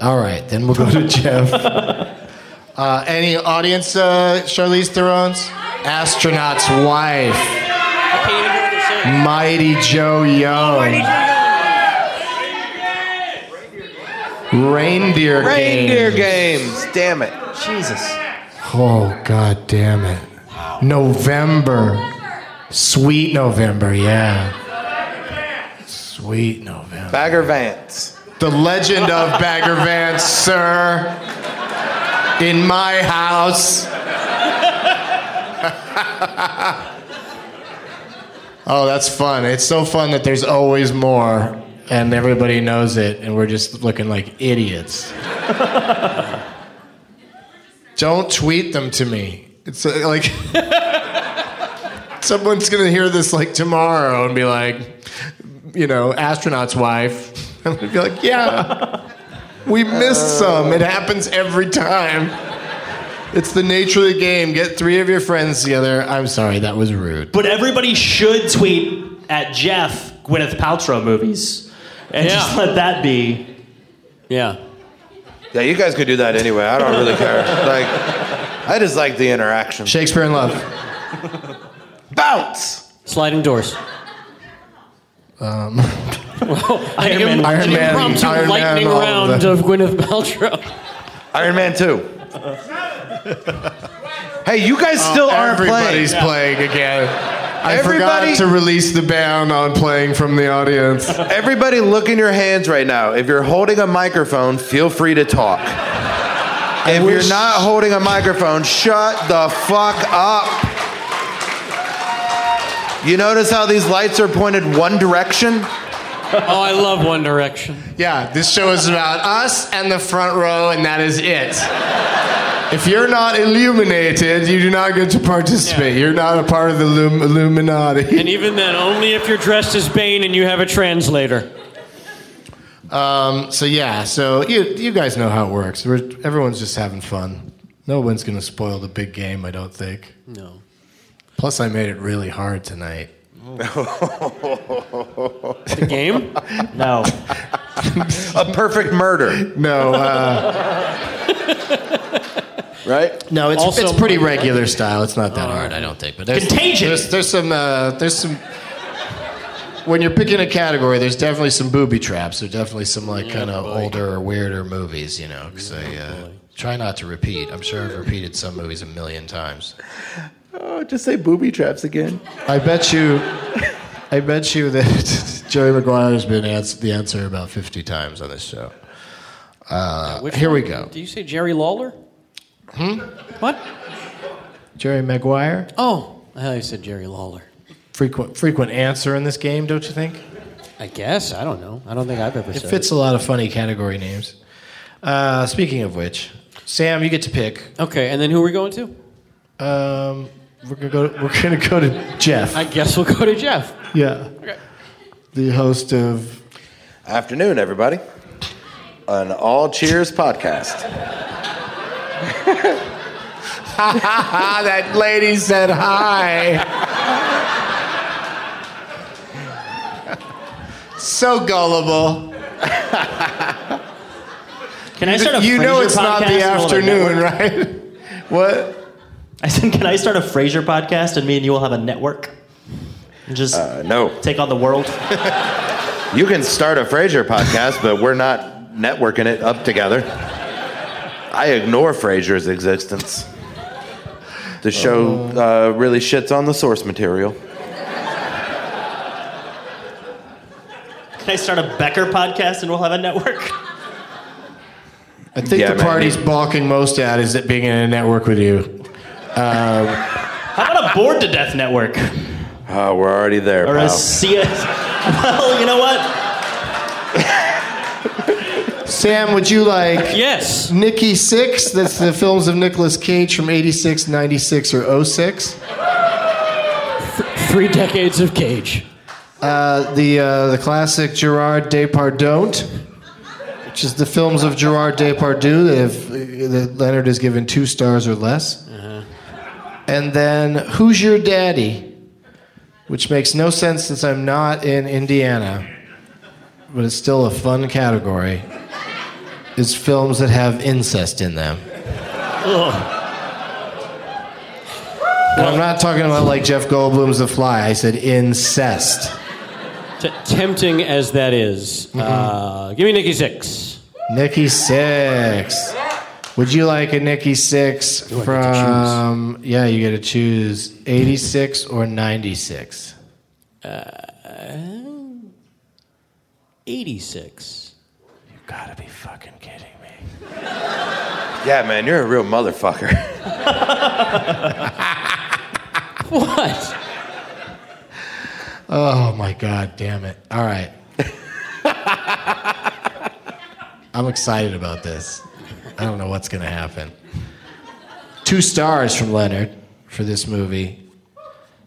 Speaker 3: All right, then we'll go to Jeff. uh, any audience? Uh, Charlize Theron's astronaut's wife,
Speaker 2: I can't even hear what they're saying.
Speaker 3: Mighty Joe Young. Reindeer,
Speaker 6: Reindeer
Speaker 3: Games.
Speaker 6: games. Damn it.
Speaker 5: Jesus.
Speaker 3: Oh god damn it. November. Sweet November, yeah. Sweet November.
Speaker 6: Bagger Vance.
Speaker 3: The legend of Bagger Vance, sir. In my house. oh, that's fun. It's so fun that there's always more and everybody knows it and we're just looking like idiots. Don't tweet them to me. It's uh, like someone's gonna hear this like tomorrow and be like, you know, astronaut's wife. I'm gonna be like, yeah, we missed some. It happens every time. It's the nature of the game. Get three of your friends together. I'm sorry, that was rude.
Speaker 5: But everybody should tweet at Jeff Gwyneth Paltrow movies. And
Speaker 2: Yeah.
Speaker 5: just let that be.
Speaker 2: Yeah.
Speaker 6: Yeah, you guys could do that anyway. I don't really care. Like, I just like the interaction.
Speaker 3: Shakespeare in Love.
Speaker 6: Bounce.
Speaker 2: Sliding doors.
Speaker 3: Um,
Speaker 2: Iron
Speaker 3: Man- Iron
Speaker 2: an
Speaker 3: Man-
Speaker 2: impromptu
Speaker 3: Iron Man,
Speaker 2: lightning
Speaker 3: all of
Speaker 2: round
Speaker 3: that.
Speaker 2: of Gwyneth Paltrow.
Speaker 6: Iron Man 2. hey, you guys still aren't playing.
Speaker 3: Everybody's playing again. I
Speaker 6: Everybody-
Speaker 3: forgot to release the ban on playing from the audience.
Speaker 6: Everybody, look in your hands right now. If you're holding a microphone, feel free to talk. If you're not holding a microphone, shut the fuck up. You notice how these lights are pointed one direction?
Speaker 4: Oh, I love One Direction.
Speaker 3: Yeah, this show is about us and the front row, and that is it. If you're not illuminated, you do not get to participate. You're not a part of the lum- Illuminati.
Speaker 4: And even then, only if you're dressed as Bane and you have a translator.
Speaker 3: Um, so yeah, so you you guys know how it works. We're, everyone's just having fun. No one's gonna spoil the big game, I don't think.
Speaker 4: No.
Speaker 3: Plus, I made it really hard tonight.
Speaker 4: The game?
Speaker 5: No.
Speaker 6: A perfect murder,
Speaker 3: No, uh,
Speaker 6: right?
Speaker 3: no, it's
Speaker 4: Also-
Speaker 3: it's pretty regular style. It's not that hard, I don't think. But there's,
Speaker 5: Contagion!
Speaker 3: There's, there's some uh, there's some. When you're picking a category, there's definitely some booby traps. There's definitely some like kind of older or weirder movies, you know. Because I uh, try not to repeat. I'm sure I've repeated some movies a million times.
Speaker 6: Oh, just say booby traps again.
Speaker 3: I bet you, I bet you that Jerry Maguire's been ans- the answer about 50 times on this show. Uh, here we go.
Speaker 4: Do you say Jerry Lawler? Hmm? What?
Speaker 3: Jerry Maguire,
Speaker 4: Oh, I thought you said Jerry Lawler.
Speaker 3: frequent frequent answer in this game, don't you think?
Speaker 4: I guess. I don't know. I don't think I've ever
Speaker 3: It
Speaker 4: said
Speaker 3: fits a lot of funny category names. Uh, speaking of which, Sam, you get to pick.
Speaker 4: it. Okay, and then who are we going to?
Speaker 3: Um, we're gonna go. we're gonna go to Jeff.
Speaker 4: I guess we'll go to Jeff.
Speaker 3: yeah. The host of
Speaker 6: Afternoon, everybody. An all cheers podcast.
Speaker 3: Ah, that lady said hi. so gullible.
Speaker 5: Can I start a
Speaker 3: you know
Speaker 5: Frasier
Speaker 3: it's not the
Speaker 5: podcast and we'll have a
Speaker 3: afternoon,
Speaker 5: network?
Speaker 3: right? What?
Speaker 5: I said, can I start a Frasier podcast and me and you will have a network? And just
Speaker 6: Uh, no,
Speaker 5: take on the world?
Speaker 6: you can start a Frasier podcast, but we're not networking it up together. I ignore Frasier's existence. The show uh, really shits on the source material.
Speaker 5: Can I start a Becker podcast and we'll have a network?
Speaker 3: I think
Speaker 6: Yeah,
Speaker 3: the
Speaker 6: man.
Speaker 3: party's balking most at is that being in a network with you.
Speaker 5: How about a bored to death network?
Speaker 6: Oh, we're already there,
Speaker 5: Or
Speaker 6: pal.
Speaker 5: a CS? Well, you know what?
Speaker 3: Sam, would you like
Speaker 4: Yes.
Speaker 3: Nikki Six? That's the films of Nicolas Cage from 86, 96, or 06.
Speaker 4: Three decades of Cage.
Speaker 3: Uh, the, uh, the classic Gerard Depardieu, which is the films of Gerard Depardieu that, have, that Leonard has given two stars or less.
Speaker 4: Uh-huh.
Speaker 3: And then Who's Your Daddy, which makes no sense since I'm not in Indiana, but it's still a fun category. Is films that have incest in them. And I'm not talking about like Jeff Goldblum's The Fly. I said incest. Mm-hmm.
Speaker 4: T- tempting as that is. Uh, give me Nikki Six.
Speaker 3: Nikki Six. Would you like a Nikki Six
Speaker 4: I get to
Speaker 3: from? Yeah, you get to choose eighty-six or ninety-six.
Speaker 4: 86.
Speaker 3: You gotta be fucking kidding me.
Speaker 6: Yeah, man, you're a real motherfucker.
Speaker 4: What?
Speaker 3: Oh my god, damn it! All right. I'm excited about this. I don't know what's gonna happen. Two stars from Leonard for this movie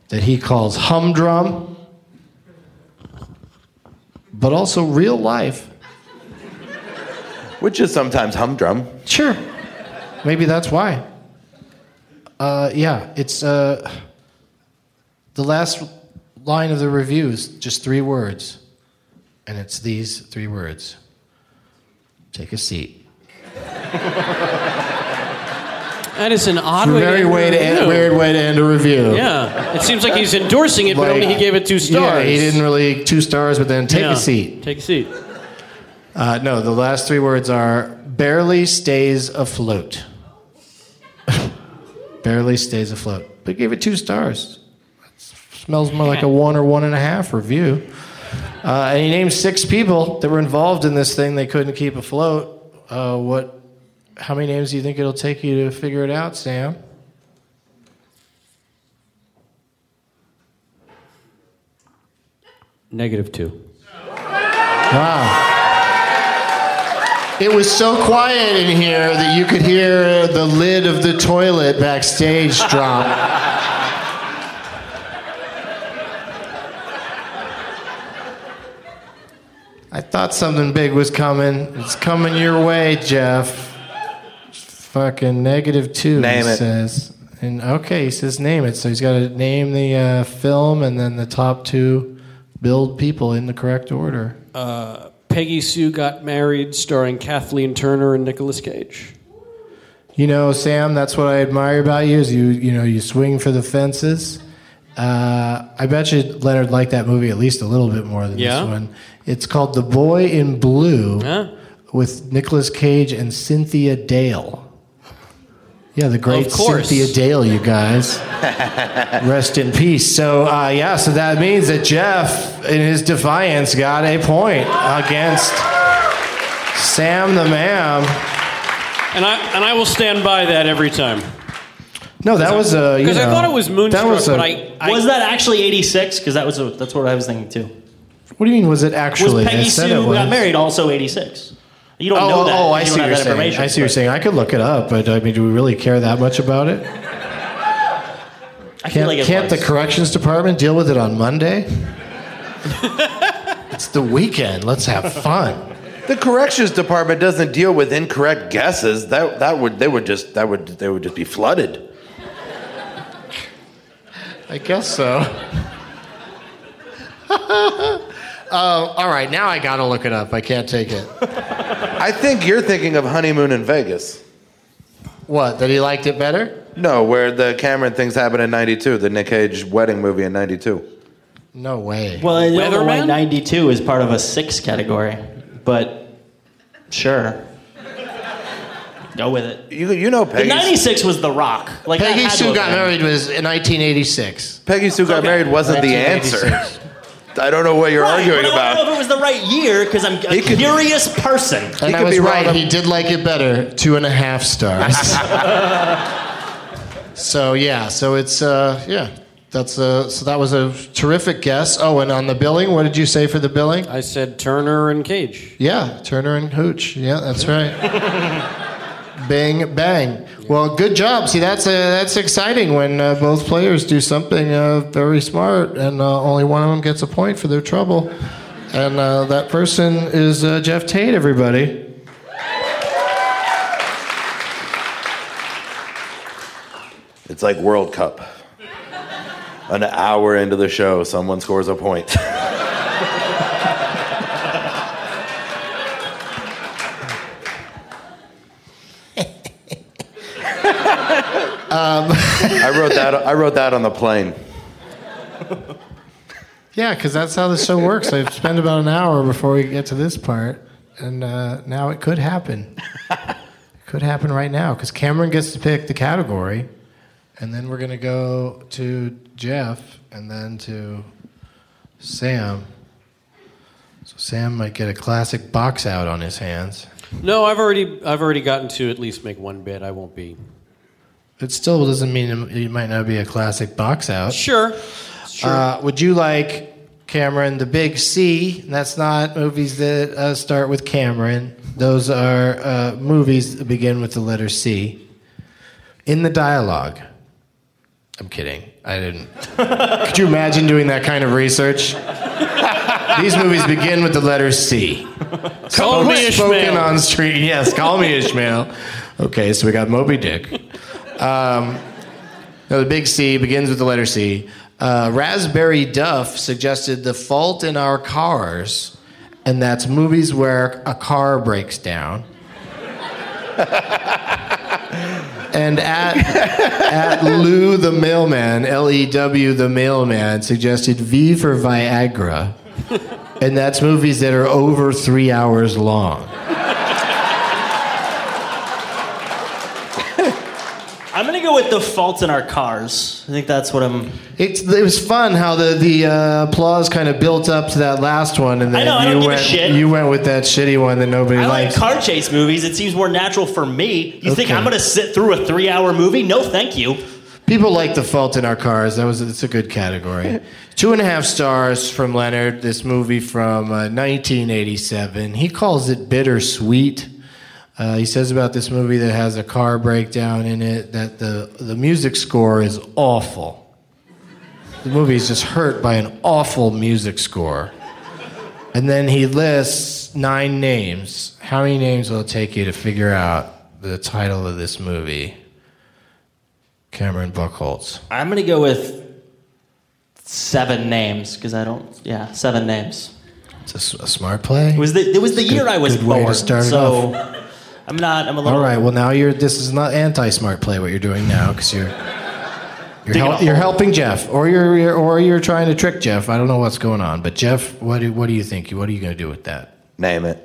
Speaker 3: that he calls humdrum, but also real life.
Speaker 6: Which is sometimes humdrum.
Speaker 3: Sure. Maybe that's why. Uh, yeah, it's uh, the last line of the review is just three words, and it's these three words. Take a seat.
Speaker 4: That is an odd way
Speaker 3: Very
Speaker 4: to end
Speaker 3: way
Speaker 4: a
Speaker 3: to end,
Speaker 4: review.
Speaker 3: weird way to end a review.
Speaker 4: Yeah. It seems like he's endorsing it, but only he gave it two stars.
Speaker 3: Yeah, he didn't really two stars, but then take
Speaker 4: Yeah.
Speaker 3: a seat.
Speaker 4: Take a seat.
Speaker 3: Uh, no, the last three words are barely stays afloat. barely stays afloat. But gave it two stars. That's smells more like a one or one and a half review. Uh, and he named six people that were involved in this thing they couldn't keep afloat. Uh, what? How many names do you think it'll take you to figure it out, Sam?
Speaker 4: Negative two.
Speaker 3: Wow. It was so quiet in here that you could hear the lid of the toilet backstage drop. I thought something big was coming. It's coming your way, Jeff. Fucking negative two,
Speaker 6: Name
Speaker 3: he
Speaker 6: it.
Speaker 3: says. And okay, he says name it. So he's got to name the uh, film and then the top two build people in the correct order.
Speaker 4: Peggy Sue Got Married, starring Kathleen Turner and Nicolas Cage.
Speaker 3: You know, Sam, that's what I admire about you is you you know you swing for the fences. Uh, I bet you Leonard liked that movie at least a little bit more than
Speaker 4: Yeah?
Speaker 3: this one. It's called The Boy in Blue
Speaker 4: Huh?
Speaker 3: with Nicolas Cage and Cynthia Dale. Yeah, the great
Speaker 4: Of course.
Speaker 3: Cynthia Dale, you guys. Rest in peace. So uh, yeah, so that means that Jeff, in his defiance, got a point against Sam the Ma'am.
Speaker 4: And I and I will stand by that every time
Speaker 3: No, that was uh, a.
Speaker 4: because I thought it was Moonstruck, but I, I
Speaker 5: was that actually 86? Because that was a, that's what I was thinking too.
Speaker 3: What do you mean? Was it
Speaker 5: Was
Speaker 3: actually? I
Speaker 5: Peggy
Speaker 3: said
Speaker 5: Sue
Speaker 3: it
Speaker 5: who
Speaker 3: was.
Speaker 5: got married also 86? You don't
Speaker 3: Oh,
Speaker 5: know that.
Speaker 3: oh, I
Speaker 5: you don't
Speaker 3: see what you're
Speaker 5: have that
Speaker 3: saying.
Speaker 5: information,
Speaker 3: I see what you're
Speaker 5: but-
Speaker 3: saying. I could look it up, but I mean, do we really care that much about it?
Speaker 5: I feel
Speaker 3: Can't,
Speaker 5: like it
Speaker 3: can't the
Speaker 5: was.
Speaker 3: corrections department deal with it on Monday? it's the weekend. Let's have fun.
Speaker 6: The corrections department doesn't deal with incorrect guesses. That that would they would just that would they would just be flooded.
Speaker 3: I guess so. Uh, all right, now I gotta look it up. I can't take it.
Speaker 6: I think you're thinking of honeymoon in Vegas.
Speaker 3: What? That he liked it better?
Speaker 6: No, where the Cameron things happened in '92, the Nick Cage wedding movie in '92.
Speaker 3: No way.
Speaker 5: Well, I don't know why
Speaker 4: Weatherman?
Speaker 5: 92 is part of a six category, but sure. Go with it.
Speaker 6: You you know
Speaker 5: The
Speaker 6: Peggy.
Speaker 5: 96 was The Rock. Like that
Speaker 3: Peggy
Speaker 5: had to
Speaker 3: Sue
Speaker 5: have
Speaker 3: got
Speaker 5: been.
Speaker 3: married was in 1986.
Speaker 6: Peggy Sue got
Speaker 5: Okay.
Speaker 6: married wasn't the answer.
Speaker 3: 1986.
Speaker 6: I don't know what you're
Speaker 5: Right,
Speaker 6: arguing
Speaker 5: but I don't know
Speaker 6: about.
Speaker 5: if it was the right year because I'm a
Speaker 6: He could-
Speaker 5: curious person.
Speaker 3: And
Speaker 6: He
Speaker 3: I
Speaker 6: could
Speaker 3: was
Speaker 6: be
Speaker 3: right.
Speaker 6: wrong.
Speaker 3: He did like it better. Two and a half stars. so yeah. So it's uh, yeah. That's a, so that was a terrific guess. Oh, and on the billing, what did you say for the billing?
Speaker 4: I said Turner and Cage.
Speaker 3: Yeah, Turner and Hooch. Yeah, that's right. Bing bang. Well, good job. See, that's uh that's exciting when uh, both players do something uh, very smart, and uh, only one of them gets a point for their trouble. And uh, that person is uh, Jeff Tate. Everybody.
Speaker 6: It's like World Cup. An hour into the show, someone scores a point. Um, I wrote that. I wrote that on the plane.
Speaker 3: Yeah, because that's how this show works. I've spent about an hour before we get to this part, and uh, now it could happen. it could happen right now because Cameron gets to pick the category, and then we're gonna go to Jeff, and then to Sam. So Sam might get a classic box out on his hands.
Speaker 4: No, I've already I've already gotten to at least make one bid. I won't be
Speaker 3: It still doesn't mean it might not be a classic box out.
Speaker 4: sure. Sure.
Speaker 3: Uh, would you like Cameron the Big C? And That's not movies that uh, start with Cameron. Those are uh, movies that begin with the letter C. In the dialogue. I'm kidding. I didn't. Could you imagine doing that kind of research? These movies begin with the letter C.
Speaker 4: Call me
Speaker 3: Spoken
Speaker 4: Ishmael.
Speaker 3: on street. Yes, call me Ishmael. Okay, so we got Moby Dick. Um, no, the big C begins with the letter C. Uh, Raspberry Duff suggested The Fault in Our Cars, and that's movies where a car breaks down. and at, at Lou the Mailman, L E W the Mailman, suggested V for Viagra, and that's movies that are over three hours long.
Speaker 5: I I'm gonna go with the faults in our cars. I think that's what I'm.
Speaker 3: It, it was fun how the the uh, applause kind of built up to that last one, and then
Speaker 5: I know,
Speaker 3: you
Speaker 5: I don't give a
Speaker 3: went
Speaker 5: shit.
Speaker 3: you went with that shitty one that nobody
Speaker 5: I like
Speaker 3: liked.
Speaker 5: car chase movies. It seems more natural for me. You think
Speaker 3: Okay.
Speaker 5: I'm gonna sit through a three-hour movie? No, thank you.
Speaker 3: People like the fault in our cars. That was it's a good category. Two and a half stars from Leonard. This movie from uh, 1987. He calls it bittersweet. Uh, he says about this movie that has a car breakdown in it that the the music score is awful. The movie is just hurt by an awful music score. And then he lists nine names. How many names will it take you to figure out the title of this movie? Cameron Buckholz.
Speaker 5: I'm gonna go with seven names because I don't. Yeah, seven names.
Speaker 3: It's a s- a, smart play.
Speaker 5: It was the it was the year
Speaker 3: Good-
Speaker 5: I was
Speaker 3: good way to
Speaker 5: born.
Speaker 3: start it
Speaker 5: so I'm not. I'm a little.
Speaker 3: All right. Well, now you're. This is not anti-smart play. What you're doing now, because you're you're,
Speaker 5: Digging
Speaker 3: hel-
Speaker 5: a hole.
Speaker 3: you're helping Jeff, or you're, you're or you're trying to trick Jeff. I don't know what's going on, but Jeff, what do, what do you think? What are you going to do with that?
Speaker 6: Name it.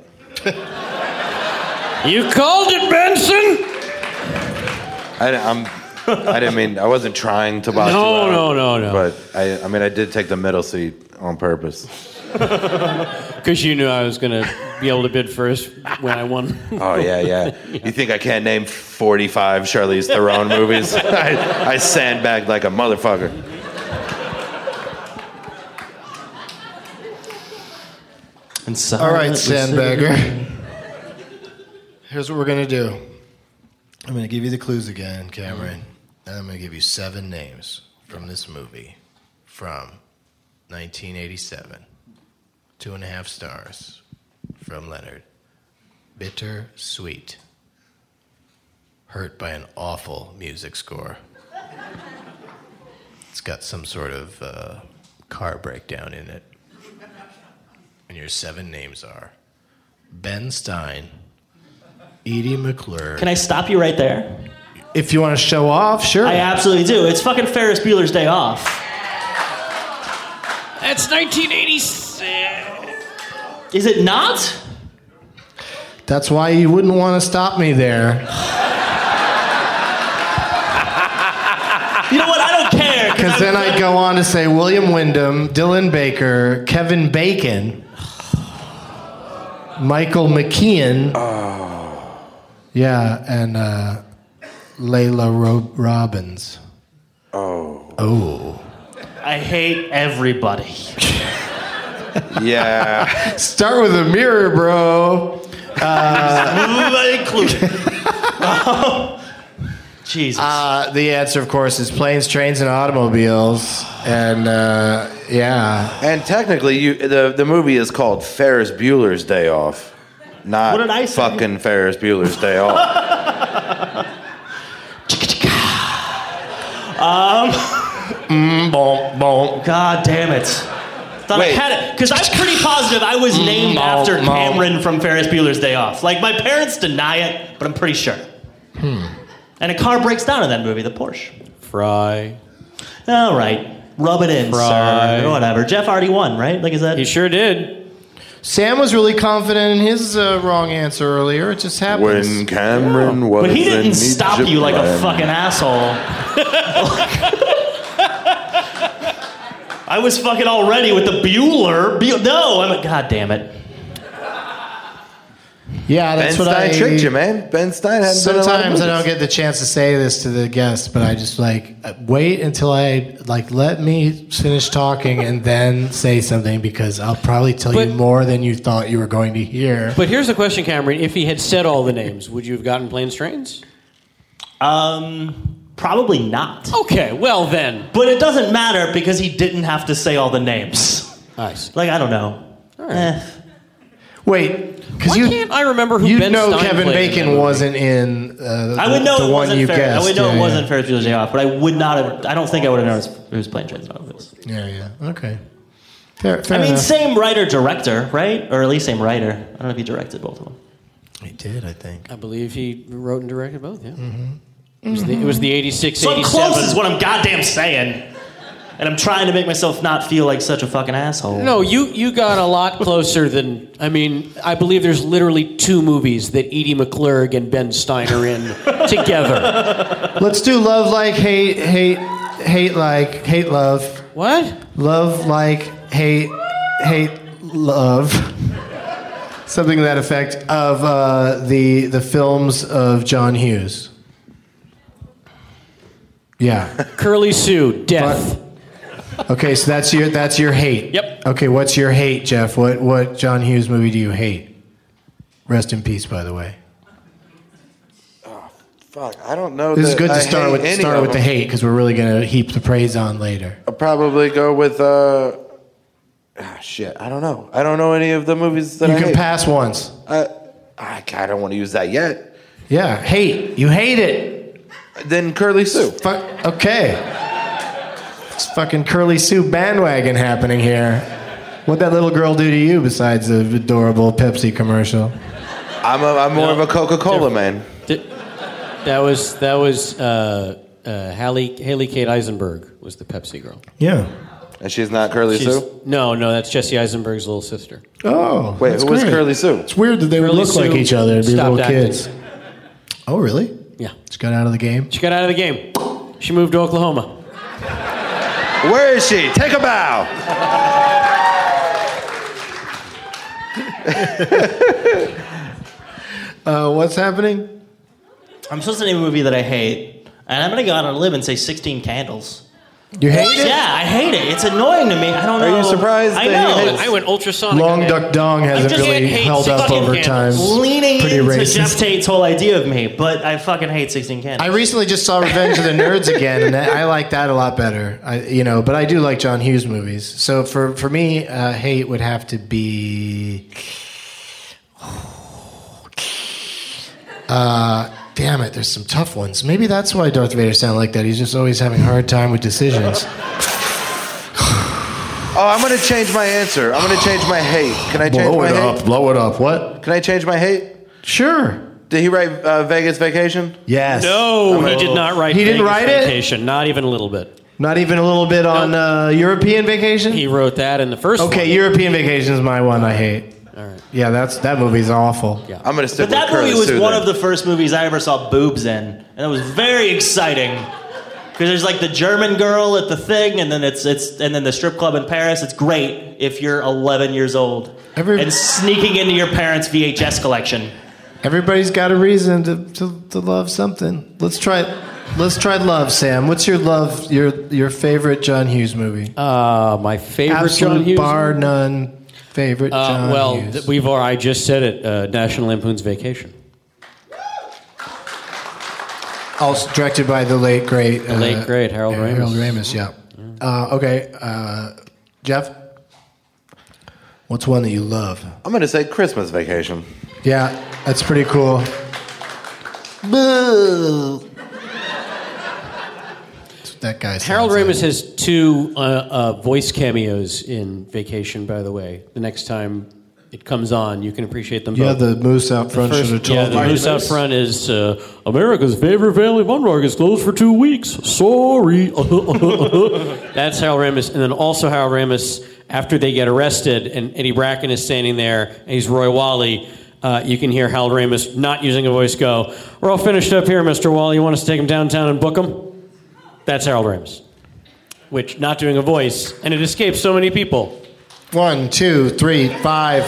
Speaker 4: You called it, Benson.
Speaker 6: I, I'm. I didn't mean. I wasn't trying to box you
Speaker 4: No,
Speaker 6: out,
Speaker 4: no, no, no.
Speaker 6: But I. I mean, I did take the middle seat on purpose.
Speaker 4: Because you knew I was going to be able to bid first when I won.
Speaker 6: Oh yeah, yeah. You think I can't name 45 Charlize Theron movies? I, I sandbagged like a motherfucker.
Speaker 5: And so-
Speaker 3: All right, sandbagger. Here's what we're going to do. I'm going to give you the clues again, Cameron. And I'm going to give you seven names from this movie from 1987. Two and a half stars from Leonard. Bitter sweet. Hurt by an awful music score. It's got some sort of uh, car breakdown in it. And your seven names are Ben Stein, Edie McClure.
Speaker 5: Can I stop you right there?
Speaker 3: if you want to show off, sure.
Speaker 5: I absolutely do. It's fucking Ferris Bueller's Day Off.
Speaker 4: That's 1986.
Speaker 5: Is it not?
Speaker 3: That's why you wouldn't want to stop me there.
Speaker 5: You know what? I don't care. 'cause
Speaker 3: Because then I'd go on to say William Wyndham, Dylan Baker, Kevin Bacon, Michael McKeon. Yeah, and uh, Layla Ro- Robbins. Oh.
Speaker 5: I hate everybody.
Speaker 6: Yeah.
Speaker 3: Oh. Start with a mirror, bro.
Speaker 5: Everybody included. Jesus.
Speaker 3: Uh, the answer, of course, is planes, trains, and automobiles. And uh, yeah,
Speaker 6: And technically, you the the movie is called Ferris Bueller's Day Off, not
Speaker 5: What did I say?
Speaker 6: fucking Ferris Bueller's Day Off.
Speaker 3: bonk, bonk.
Speaker 5: God damn it. Thought
Speaker 6: Wait.
Speaker 5: I had it. Because I'm pretty positive I was named
Speaker 3: no,
Speaker 5: after
Speaker 3: no.
Speaker 5: Cameron from Ferris Bueller's Day Off. Like, my parents deny it, but I'm pretty sure.
Speaker 4: Hmm.
Speaker 5: And a car breaks down in that movie, the Porsche.
Speaker 4: Fry.
Speaker 5: All right. Rub it in,
Speaker 4: Right.
Speaker 5: sir. Or whatever. Jeff already won, right? Like, is that.
Speaker 4: He sure did.
Speaker 3: Sam was really confident in his uh, wrong answer earlier. It just happens.
Speaker 6: when Cameron was
Speaker 5: But he
Speaker 6: in
Speaker 5: didn't stop you like a
Speaker 6: Japan.
Speaker 5: fucking asshole. I was fucking already with the Bueller. Bu- no, I'm a. God damn it.
Speaker 3: yeah,
Speaker 6: Ben
Speaker 3: that's what
Speaker 6: Stein
Speaker 3: I
Speaker 6: tricked you, man. Ben Stein hadn't
Speaker 3: Sometimes I
Speaker 6: been in a lot
Speaker 3: don't
Speaker 6: of movies.
Speaker 3: get the chance to say this to the guests, but I just like uh, wait until I like let me finish talking and then say something because I'll probably tell
Speaker 4: But-
Speaker 3: you more than you thought you were going to hear.
Speaker 4: But here's the question, Cameron. If he had said all the names, would you have gotten planes, trains?
Speaker 5: Um, probably not.
Speaker 4: Okay, well then.
Speaker 5: But it doesn't matter because he didn't have to say all the names.
Speaker 4: Nice.
Speaker 5: Like I don't know.
Speaker 4: All right.
Speaker 5: Eh.
Speaker 3: Wait, because
Speaker 4: Why
Speaker 3: you
Speaker 4: can't I remember who
Speaker 3: you
Speaker 4: Ben
Speaker 3: know
Speaker 4: Stein
Speaker 3: Kevin
Speaker 4: played in that
Speaker 3: Bacon
Speaker 4: movie?
Speaker 3: wasn't in uh,
Speaker 5: I would
Speaker 3: the-
Speaker 5: know
Speaker 3: the
Speaker 5: it
Speaker 3: one
Speaker 5: wasn't
Speaker 3: you
Speaker 5: Ferris.
Speaker 3: guessed.
Speaker 5: I would know
Speaker 3: yeah,
Speaker 5: it
Speaker 3: yeah.
Speaker 5: wasn't Ferris Bueller's Day Off, but I would not have. I don't think I would have known it was- it was playing Trains and Automobiles.
Speaker 3: Yeah, yeah. Okay. Fair, fair
Speaker 5: I mean,
Speaker 3: enough.
Speaker 5: same writer director, right? Or at least same writer. I don't know if he directed both of them.
Speaker 3: he did, I think.
Speaker 4: I believe he wrote and directed both. Yeah.
Speaker 3: Mm-hmm.
Speaker 4: It, was the, it was the 86,
Speaker 5: So I'm
Speaker 4: 87.
Speaker 5: close is what I'm goddamn saying, and I'm trying to make myself not feel like such a fucking asshole.
Speaker 4: no, you, you got a lot closer than. I mean, I believe there's literally two movies that Edie McClurg and Ben Stein are in together.
Speaker 3: Let's do love like hate, hate, hate like hate love.
Speaker 4: What?
Speaker 3: Love like hate, hate love. Something to that effect of uh, the the films of John Hughes. Yeah.
Speaker 4: Curly Sue, death.
Speaker 3: Okay, so that's your that's your hate.
Speaker 4: Yep.
Speaker 3: Okay, what's your hate, Jeff? What what John Hughes movie do you hate? Rest in peace, by the way.
Speaker 6: Fuck, I don't know.
Speaker 3: This is
Speaker 6: that
Speaker 3: good to
Speaker 6: I
Speaker 3: start
Speaker 6: hate
Speaker 3: with
Speaker 6: any
Speaker 3: start
Speaker 6: of
Speaker 3: with the
Speaker 6: them.
Speaker 3: hate because we're really gonna heap the praise on later.
Speaker 6: I'll probably go with uh, ah, shit. I don't know. I don't know any of the movies that
Speaker 3: you
Speaker 6: I
Speaker 3: can
Speaker 6: hate.
Speaker 3: pass once.
Speaker 6: I, I, I don't want to use that yet.
Speaker 3: Yeah, hate. You hate it.
Speaker 6: Then Curly Sue.
Speaker 3: Fuck. Okay. It's fucking curly Sue bandwagon happening here. What that little girl do to you besides the adorable Pepsi commercial?
Speaker 6: I'm a, I'm more of a Coca-Cola man.
Speaker 4: Di- that was that was uh, uh, Hallie Haley Kate Eisenberg was the Pepsi girl.
Speaker 3: Yeah.
Speaker 6: And she's not Curly
Speaker 4: She's-
Speaker 6: Sue.
Speaker 4: no, no, that's Jesse Eisenberg's little sister.
Speaker 3: Oh.
Speaker 6: Wait,
Speaker 3: that's
Speaker 6: who was
Speaker 3: great.
Speaker 6: Curly Sue?
Speaker 3: It's weird that they would
Speaker 4: Curly
Speaker 3: look like
Speaker 4: Sue
Speaker 3: each other and be
Speaker 4: stopped
Speaker 3: little
Speaker 4: acting.
Speaker 3: kids. Oh, really?
Speaker 4: Yeah,
Speaker 3: Just got out of the game.
Speaker 4: she got out of the game. She moved to Oklahoma.
Speaker 6: Where is she? Take a bow.
Speaker 3: Uh, what's happening?
Speaker 5: I'm supposed to name a movie that I hate, and I'm gonna go out on a limb and say 16 Candles.
Speaker 3: You hate it?
Speaker 5: Yeah, I hate it. It's annoying to me. I don't
Speaker 6: Are
Speaker 5: know.
Speaker 6: you surprised
Speaker 5: I
Speaker 6: that
Speaker 5: know.
Speaker 6: he hates-
Speaker 4: I went ultrasonic.
Speaker 3: Long
Speaker 4: on that.
Speaker 3: Duck Dong hasn't
Speaker 4: just
Speaker 3: really
Speaker 4: hate
Speaker 3: held up
Speaker 4: sixteen
Speaker 3: over time.
Speaker 4: candles.
Speaker 5: leaning
Speaker 3: Pretty
Speaker 5: into
Speaker 3: racist.
Speaker 5: Jeff Tate's whole idea of me, but I fucking hate 16
Speaker 3: I
Speaker 5: Candles.
Speaker 3: recently just saw Revenge of the Nerds again, and that, I like that a lot better. I, you know, but I do like John Hughes movies. So for for me, uh, hate would have to be. Uh, damn it! There's some tough ones. Maybe that's why Darth Vader sounded like that. He's just always having a hard time with decisions.
Speaker 6: Oh, I'm gonna change my answer. I'm gonna change my hate. Can I change
Speaker 3: blow
Speaker 6: my
Speaker 3: it
Speaker 6: hate?
Speaker 3: up! Blow it up! What?
Speaker 6: Can I change my hate?
Speaker 3: Sure.
Speaker 6: Did he write uh, Vegas Vacation?
Speaker 3: Yes.
Speaker 4: No, Oh,
Speaker 3: Oh.
Speaker 4: he did not write.
Speaker 3: He didn't
Speaker 4: Vegas
Speaker 3: write it?
Speaker 4: Vacation, not even a little bit.
Speaker 3: Not even a little bit on uh, European vacation.
Speaker 4: He wrote that in the first.
Speaker 3: Okay,
Speaker 4: one.
Speaker 3: European Vacation is my one I hate.
Speaker 4: All right.
Speaker 3: Yeah, that's that movie's awful.
Speaker 4: Yeah.
Speaker 6: I'm gonna stick
Speaker 5: But that
Speaker 6: with Curly
Speaker 5: movie was
Speaker 6: Sue
Speaker 5: one
Speaker 6: then.
Speaker 5: of the first movies I ever saw boobs in, and it was very exciting. Because there's like the German girl at the thing, and then it's it's and then the strip club in Paris. It's great if you're 11 years old
Speaker 3: Every-
Speaker 5: and sneaking into your parents' VHS collection.
Speaker 3: Everybody's got a reason to, to, to love something. Let's try let's try love, Sam. What's your love your your favorite John Hughes movie?
Speaker 4: Uh, my favorite
Speaker 3: Absolute
Speaker 4: John Hughes.
Speaker 3: bar none favorite
Speaker 4: Uh,
Speaker 3: John
Speaker 4: well,
Speaker 3: Hughes.
Speaker 4: th- we've. al- I just said it. Uh, National Lampoon's Vacation.
Speaker 3: also Oh, directed by the late great the
Speaker 4: late, great Harold Ramis.
Speaker 3: Harold Ramis, yeah. Uh, okay, uh, Jeff. What's one that you love?
Speaker 6: I'm gonna say Christmas Vacation.
Speaker 3: Yeah, that's pretty cool. Boo. That's what That guy.
Speaker 4: Harold
Speaker 3: sounds
Speaker 4: Ramis has two uh, uh, voice cameos in Vacation. By the way, the next time it comes on, you can appreciate them.
Speaker 3: Like. Yeah,
Speaker 4: both.
Speaker 3: the moose out front
Speaker 4: First-
Speaker 3: should have
Speaker 4: yeah,
Speaker 3: told
Speaker 4: the
Speaker 3: you.
Speaker 4: news out front is uh, America's favorite family fun park is closed for two weeks. Sorry. That's Harold Ramis. And then also Harold Ramis, after they get arrested and Eddie Bracken is standing there and he's Roy Wally, uh, you can hear Harold Ramis not using a voice go, We're all finished up here, Mr. Wally. You want us to take him downtown and book him? That's Harold Ramis. Which, not doing a voice, and it escapes so many people.
Speaker 3: One, two, three, five.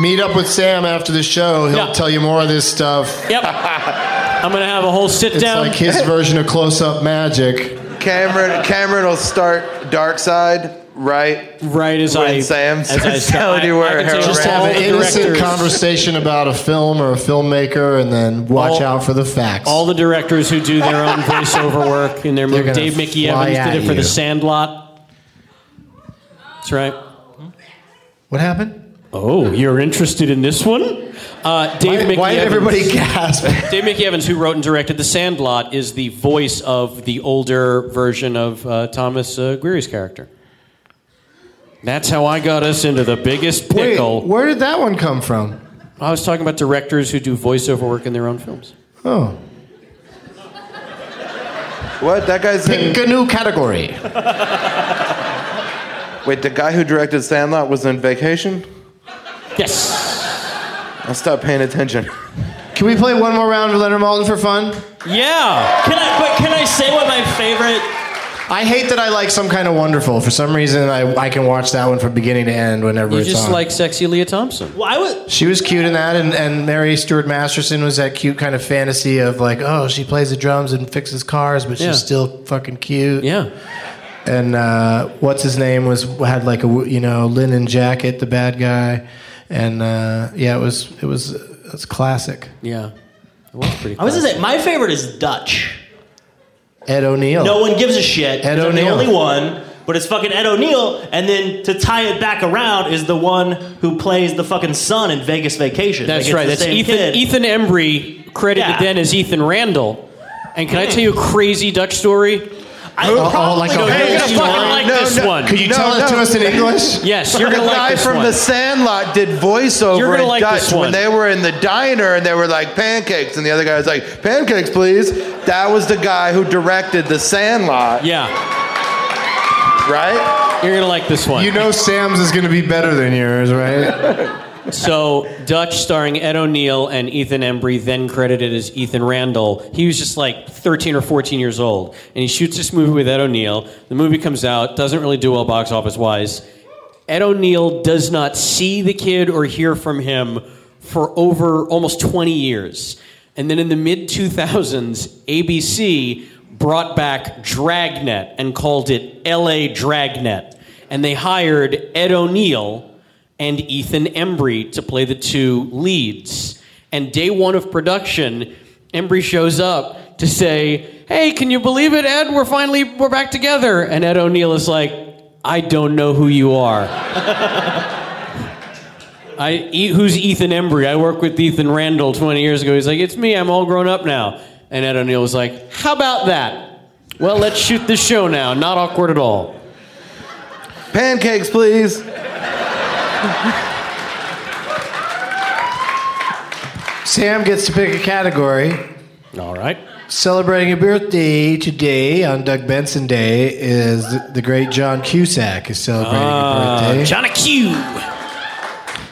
Speaker 3: Meet up with Sam after the show. He'll
Speaker 4: Yeah.
Speaker 3: tell you more of this stuff.
Speaker 4: Yep. I'm going to have a whole sit
Speaker 3: It's
Speaker 4: down.
Speaker 3: like his version of close-up magic.
Speaker 6: Cameron Cameron will start Dark Side, right?
Speaker 4: right as
Speaker 6: When
Speaker 4: I
Speaker 6: Sam's
Speaker 4: as I stop,
Speaker 6: telling you
Speaker 4: I- I
Speaker 6: where
Speaker 4: can
Speaker 6: Harold
Speaker 4: take
Speaker 3: Just
Speaker 6: Ramis-
Speaker 4: all
Speaker 3: have an
Speaker 4: the
Speaker 3: innocent
Speaker 4: directors-
Speaker 3: conversation about a film or a filmmaker, and then watch
Speaker 4: All-
Speaker 3: out for the facts.
Speaker 4: All the directors who do their own voiceover work in their movie.
Speaker 3: gonna
Speaker 4: Dave Mickey
Speaker 3: fly
Speaker 4: Evans
Speaker 3: at
Speaker 4: did it for
Speaker 3: you.
Speaker 4: The Sandlot. That's right.
Speaker 3: what happened?
Speaker 4: Oh, you're interested in this one? Uh, Dave
Speaker 3: Why,
Speaker 4: Mickey
Speaker 3: why did
Speaker 4: Evans,
Speaker 3: everybody gasp?
Speaker 4: Dave Mickey Evans, who wrote and directed The Sandlot, is the voice of the older version of uh, Thomas uh, Greary's character. That's how I got us into the biggest
Speaker 3: Wait,
Speaker 4: pickle.
Speaker 3: where did that one come from?
Speaker 4: I was talking about directors who do voiceover work in their own films.
Speaker 3: Oh.
Speaker 6: What that guy's in,
Speaker 3: Pick a new category.
Speaker 6: wait? The guy who directed Sandlot was in Vacation.
Speaker 4: Yes.
Speaker 6: I stopped paying attention.
Speaker 3: Can we play one more round of Leonard Maltin for fun?
Speaker 2: Yeah.
Speaker 5: Can I? But can I say what my favorite?
Speaker 3: I hate that I like some kind of wonderful. For some reason, I, I can watch that one from beginning to end whenever
Speaker 2: You
Speaker 3: it's
Speaker 2: just
Speaker 3: on.
Speaker 2: like sexy Leah Thompson.
Speaker 5: Well, I was.
Speaker 3: she was cute in that, and, and Mary Stuart Masterson was that cute kind of fantasy of like, oh, she plays the drums and fixes cars, but
Speaker 2: Yeah.
Speaker 3: she's still fucking cute.
Speaker 2: Yeah.
Speaker 3: And uh, what's his name was had like a you know linen jacket, the bad guy, and uh, yeah, it was it was it was classic.
Speaker 2: Yeah. It was pretty.
Speaker 5: I was gonna say my favorite is Dutch.
Speaker 3: Ed O'Neill.
Speaker 5: No one gives a shit.
Speaker 3: Ed
Speaker 5: I'm
Speaker 3: O'Neill.
Speaker 5: The only one. But it's fucking Ed O'Neill, and then to tie it back around is the one who plays the fucking son in Vegas Vacation.
Speaker 2: That's
Speaker 5: Like, it's
Speaker 2: right.
Speaker 5: the
Speaker 2: That's
Speaker 5: same
Speaker 2: Ethan.
Speaker 5: kid.
Speaker 2: Ethan Embry credited
Speaker 5: Yeah. Hmm.
Speaker 2: then as Ethan Randall. And can I tell you a crazy Dutch story?
Speaker 5: I
Speaker 3: Oh, oh, like
Speaker 5: probably
Speaker 3: a
Speaker 5: know
Speaker 2: you're
Speaker 3: Hey,
Speaker 5: Dutch
Speaker 2: gonna
Speaker 3: you
Speaker 2: fucking
Speaker 3: are-
Speaker 2: like
Speaker 6: no,
Speaker 2: this
Speaker 6: no.
Speaker 2: one.
Speaker 3: Could you
Speaker 6: No,
Speaker 3: tell it to
Speaker 6: no.
Speaker 3: us in English?
Speaker 2: Yes, you're
Speaker 6: the
Speaker 2: gonna
Speaker 6: guy
Speaker 2: like this
Speaker 6: from
Speaker 2: one.
Speaker 6: The Sandlot did voiceover
Speaker 2: You're gonna
Speaker 6: in
Speaker 2: like
Speaker 6: Dutch
Speaker 2: this one.
Speaker 6: when they were in the diner and they were like pancakes, and the other guy was like pancakes, please. That was the guy who directed The Sandlot,
Speaker 2: yeah,
Speaker 6: right?
Speaker 2: you're gonna like this one.
Speaker 3: You know Sam's is going to be better than yours, right?
Speaker 2: So Dutch, starring Ed O'Neill and Ethan Embry, then credited as Ethan Randall. He was just like 13 or 14 years old, and he shoots this movie with Ed O'Neill. The movie comes out, doesn't really do well box office wise. Ed O'Neill does not see the kid or hear from him for over almost 20 years, and then in the mid 2000s, ABC brought back Dragnet and called it L.A. Dragnet, and they hired Ed O'Neill and Ethan Embry to play the two leads. And day one of production, Embry shows up to say, "Hey, can you believe it, Ed? We're finally we're back together." And Ed O'Neill is like, "I don't know who you are." I e- who's Ethan Embry? I worked with Ethan Randall 20 years ago. He's like, "It's me. I'm all grown up now." And Ed O'Neill was like, "How about that?" Well, let's shoot the show now. Not awkward at all.
Speaker 6: Pancakes, please.
Speaker 3: Sam gets to pick a category.
Speaker 2: All right.
Speaker 3: Celebrating a birthday today on Doug Benson Day is the, the great John Cusack is celebrating a birthday.
Speaker 2: Johnny Q.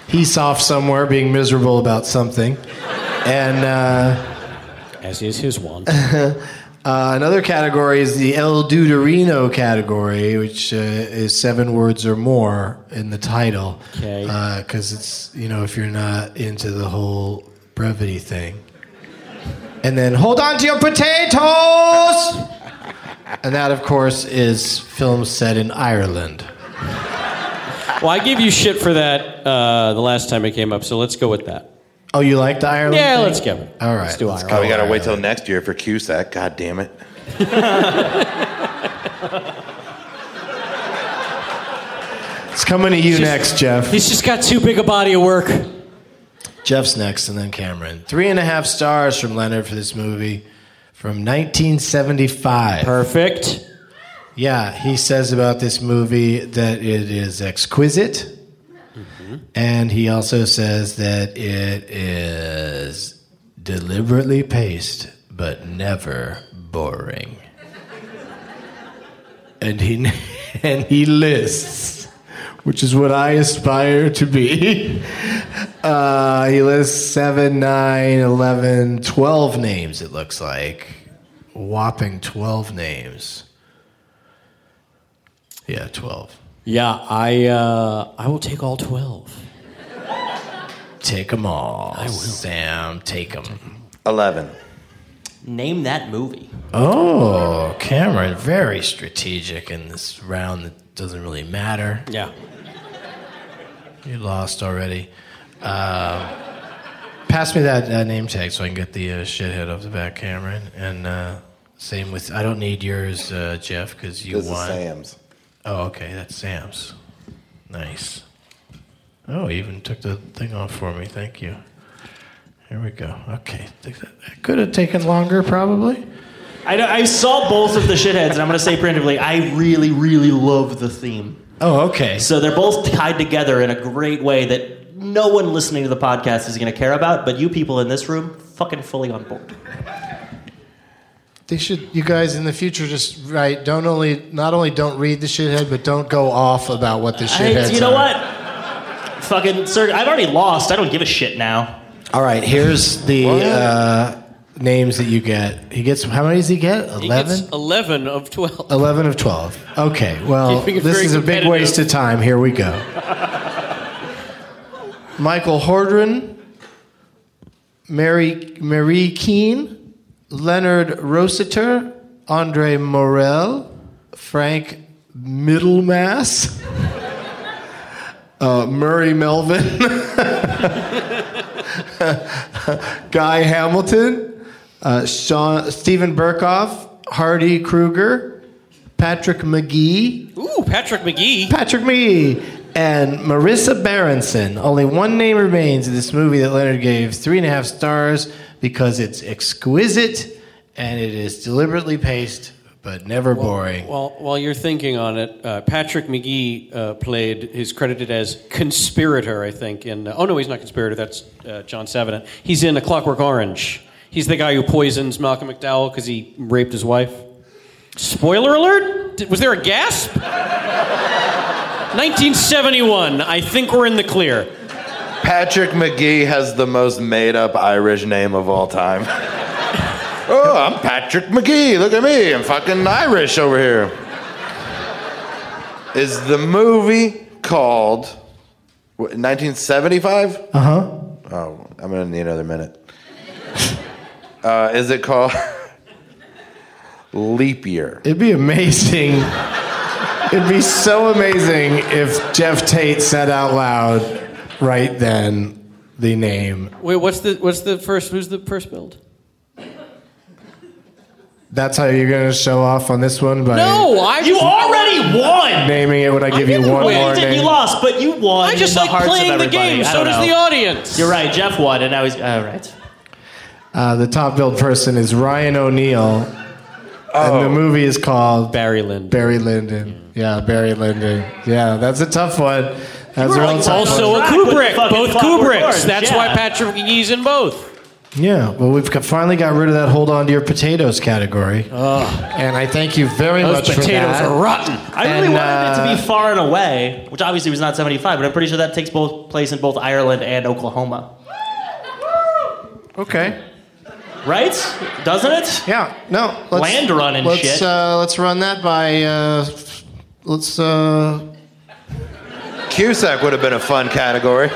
Speaker 3: He's off somewhere being miserable about something. And uh,
Speaker 2: As is his wont.
Speaker 3: uh, another category is the El Duderino category, which uh, is seven words or more in the title.
Speaker 2: Okay.
Speaker 3: Because Uh, it's, you know, if you're not into the whole brevity thing. And then hold on to your potatoes! And that, of course, is films set in Ireland.
Speaker 2: Well, I gave you shit for that uh, the last time it came up, so let's go with that.
Speaker 3: Oh, you like the Ireland?
Speaker 2: Yeah,
Speaker 3: thing?
Speaker 2: let's give it.
Speaker 3: All right,
Speaker 2: Let's do
Speaker 3: let's
Speaker 2: Ireland.
Speaker 6: Oh, we gotta wait till next year for Cusack. God damn it.
Speaker 3: It's coming to you
Speaker 2: Just-
Speaker 3: next, Jeff.
Speaker 2: He's just got too big a body of work.
Speaker 3: Jeff's next, and then Cameron. Three and a half stars from Leonard for this movie from 1975.
Speaker 2: Perfect.
Speaker 3: Yeah, he says about this movie that it is exquisite. And he also says that it is deliberately paced, but never boring. and he and he lists, which is what I aspire to be. Uh, he lists seven, nine, eleven, twelve names. It looks like whopping twelve names. Yeah, twelve.
Speaker 2: Yeah, I uh, I will take all twelve.
Speaker 3: Take them all. I will. Sam, take them.
Speaker 6: Eleven.
Speaker 5: Name that movie.
Speaker 3: Oh, Cameron, very strategic in this round that doesn't really matter.
Speaker 2: Yeah.
Speaker 3: You lost already. Uh, pass me that uh, name tag so I can get the uh, shithead off the back, Cameron. And uh, same with I don't need yours, uh, Jeff, because you
Speaker 6: This is
Speaker 3: won.
Speaker 6: Sam's.
Speaker 3: Oh, okay, that's Sam's. Nice. Oh, he even took the thing off for me. Thank you. Here we go. Okay, Think that that could have taken longer, probably.
Speaker 5: I, know, I saw both of the shitheads, and I'm gonna say preemptively, I really, really love the theme.
Speaker 3: Oh, okay.
Speaker 5: So they're both tied together in a great way that no one listening to the podcast is going to care about, but you people in this room, fucking fully on board.
Speaker 3: They should, you guys, in the future, just write. Don't only, not only don't read the shithead, but don't go off about what the
Speaker 5: I,
Speaker 3: shithead.
Speaker 5: you know what? Fucking, sir, I've already lost. I don't give a shit now.
Speaker 3: All right, here's the uh, names that you get. He gets how many does he get?
Speaker 4: He
Speaker 3: Eleven.
Speaker 4: gets 11 of 12.
Speaker 3: 11 of 12. Okay, well,
Speaker 4: Keeping it
Speaker 3: this
Speaker 4: very
Speaker 3: is a big
Speaker 4: competitive.
Speaker 3: waste of time. Here we go. Michael Hordren, Mary, Marie Keene, Leonard Rossiter, Andre Morel, Frank Middlemass, uh, Murray Melvin, Guy Hamilton, uh, Sean, Stephen Burkoff, Hardy Kruger, Patrick McGee,
Speaker 4: Ooh, Patrick McGee.
Speaker 3: Patrick McGee and Marissa Berenson. Only one name remains in this movie that Leonard gave three and a half stars because it's exquisite and it is deliberately paced but never boring.
Speaker 4: While, while you're thinking on it, uh, Patrick McGee uh, played, is credited as conspirator, I think. In uh, Oh, no, he's not conspirator. That's uh, John Savitan. He's in A Clockwork Orange. He's the guy who poisons Malcolm McDowell because he raped his wife. Spoiler alert? Did- Was there a gasp? 1971. I think we're in the clear.
Speaker 6: Patrick McGee has the most made up Irish name of all time. oh, I'm Patrick McGee. Look at me. I'm fucking Irish over here. Is the movie called what, 1975?
Speaker 3: Uh huh.
Speaker 6: Oh, I'm gonna need another minute. uh, is it called Leap Year?
Speaker 3: It'd be amazing. It'd be so amazing if Jeff Tate said out loud right then the name.
Speaker 4: Wait, what's the, what's the first, who's the first build?
Speaker 3: That's how you're going to show off on this one by
Speaker 4: No, I.
Speaker 5: You already won.
Speaker 3: naming it when I give you
Speaker 4: didn't
Speaker 3: one
Speaker 4: win.
Speaker 3: more
Speaker 4: You
Speaker 3: name.
Speaker 5: You lost, but you won.
Speaker 4: I
Speaker 5: in
Speaker 4: just
Speaker 5: the
Speaker 4: like
Speaker 5: hearts of
Speaker 4: playing the
Speaker 5: everybody.
Speaker 4: game.
Speaker 5: I
Speaker 4: So
Speaker 5: don't
Speaker 4: does the
Speaker 5: know.
Speaker 4: audience.
Speaker 5: You're right. Jeff won, and I was all right.
Speaker 3: Uh, the top billed person is Ryan O'Neill, and the
Speaker 5: Oh.
Speaker 3: movie is called
Speaker 4: Barry Lyndon.
Speaker 3: Barry Lyndon. Yeah, Barry Lyndon. Yeah, that's a tough one. That's a real tough
Speaker 4: Also
Speaker 3: one.
Speaker 4: a
Speaker 5: Fuck with the
Speaker 4: Kubrick.
Speaker 5: fucking
Speaker 4: Both
Speaker 5: fucking
Speaker 4: Kubricks.
Speaker 5: words,
Speaker 4: That's
Speaker 5: yeah.
Speaker 4: why Patrick McGee's in both.
Speaker 3: Yeah, well, we've got, finally got rid of that hold on to your potatoes category. And I thank you very
Speaker 4: Those
Speaker 3: much for
Speaker 4: potatoes
Speaker 3: that.
Speaker 4: are rotten.
Speaker 5: I really
Speaker 3: And,
Speaker 5: wanted it to
Speaker 3: uh,
Speaker 5: be far and away, which obviously was not 75, but I'm pretty sure that takes both place in both Ireland and Oklahoma.
Speaker 3: uh, Okay.
Speaker 5: Right? Doesn't it?
Speaker 3: Yeah, no.
Speaker 5: Land run and
Speaker 3: let's,
Speaker 5: shit.
Speaker 3: Uh, let's run that by. Uh, let's. Uh,
Speaker 6: Cusack would have been a fun category.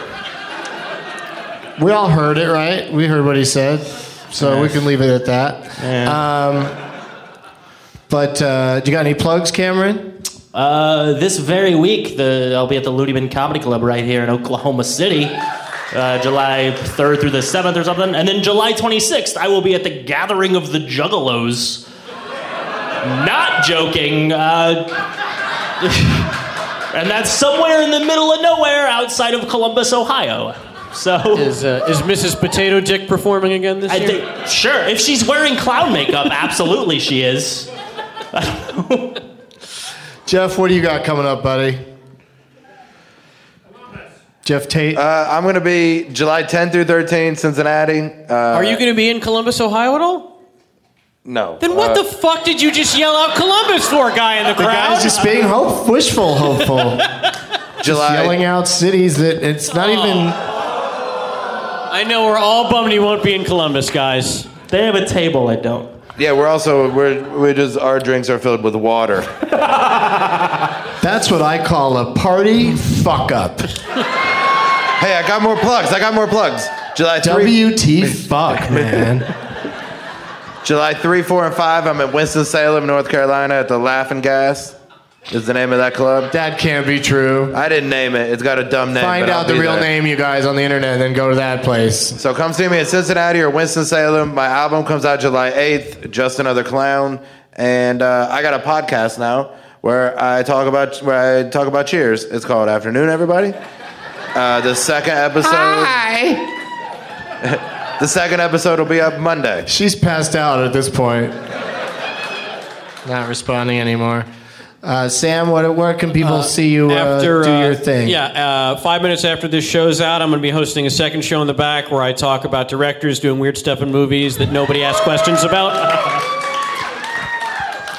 Speaker 3: we all heard it, right? We heard what he said, so we can leave it at that. Um, but uh, do you got any plugs, Cameron?
Speaker 5: Uh, this very week, the, I'll be at the Ludeman Comedy Club right here in Oklahoma City, uh, July 3rd through the 7th or something. And then July 26th, I will be at the Gathering of the Juggalos. Not joking. Uh, and that's somewhere in the middle of nowhere outside of Columbus, Ohio. So.
Speaker 4: Is, uh, is Mrs. Potato Dick performing again this
Speaker 5: I
Speaker 4: year?
Speaker 5: think sure. If she's wearing clown makeup, absolutely she is.
Speaker 3: Jeff, what do you got coming up, buddy? Jeff Tate.
Speaker 6: Uh, I'm gonna be July 10 through 13, Cincinnati. Uh,
Speaker 4: Are you going to be in Columbus, Ohio at all?
Speaker 6: no?
Speaker 4: Then what
Speaker 6: Uh,
Speaker 4: the fuck did you just yell out Columbus for, guy in the
Speaker 3: the
Speaker 4: crowd?
Speaker 3: guy's just being hope, wishful, hopeful,
Speaker 6: July
Speaker 3: yelling out cities that it's not
Speaker 6: Oh.
Speaker 3: even.
Speaker 4: I know we're all bummed he won't be in Columbus, guys.
Speaker 5: They have a table. I don't.
Speaker 6: Yeah, we're also we're we just our drinks are filled with water.
Speaker 3: That's what I call a party fuck up.
Speaker 6: hey, I got more plugs. I got more plugs. July three,
Speaker 3: WT fuck, man.
Speaker 6: July three, four, and five. I'm at Winston Salem, North Carolina, at the Laughing Gas. Is the name of that club?
Speaker 3: That can't be true.
Speaker 6: I didn't name it. It's got a dumb name.
Speaker 3: Find
Speaker 6: but I'll
Speaker 3: out the
Speaker 6: be
Speaker 3: real
Speaker 6: there.
Speaker 3: name, you guys, on the internet, then go to that place.
Speaker 6: So come see me in Cincinnati or Winston Salem. My album comes out July 8th, Just Another Clown, and uh, I got a podcast now where I talk about where I talk about Cheers. It's called Afternoon Everybody. Uh, the second episode.
Speaker 3: Hi.
Speaker 6: The second episode will be up Monday.
Speaker 3: She's passed out at this point. Not responding anymore. Uh, Sam, what, where can people see you uh,
Speaker 4: after
Speaker 3: do
Speaker 4: uh,
Speaker 3: your thing?
Speaker 4: Yeah, uh, five minutes after this show's out, I'm going to be hosting a second show in the back where I talk about directors doing weird stuff in movies that nobody asks questions about.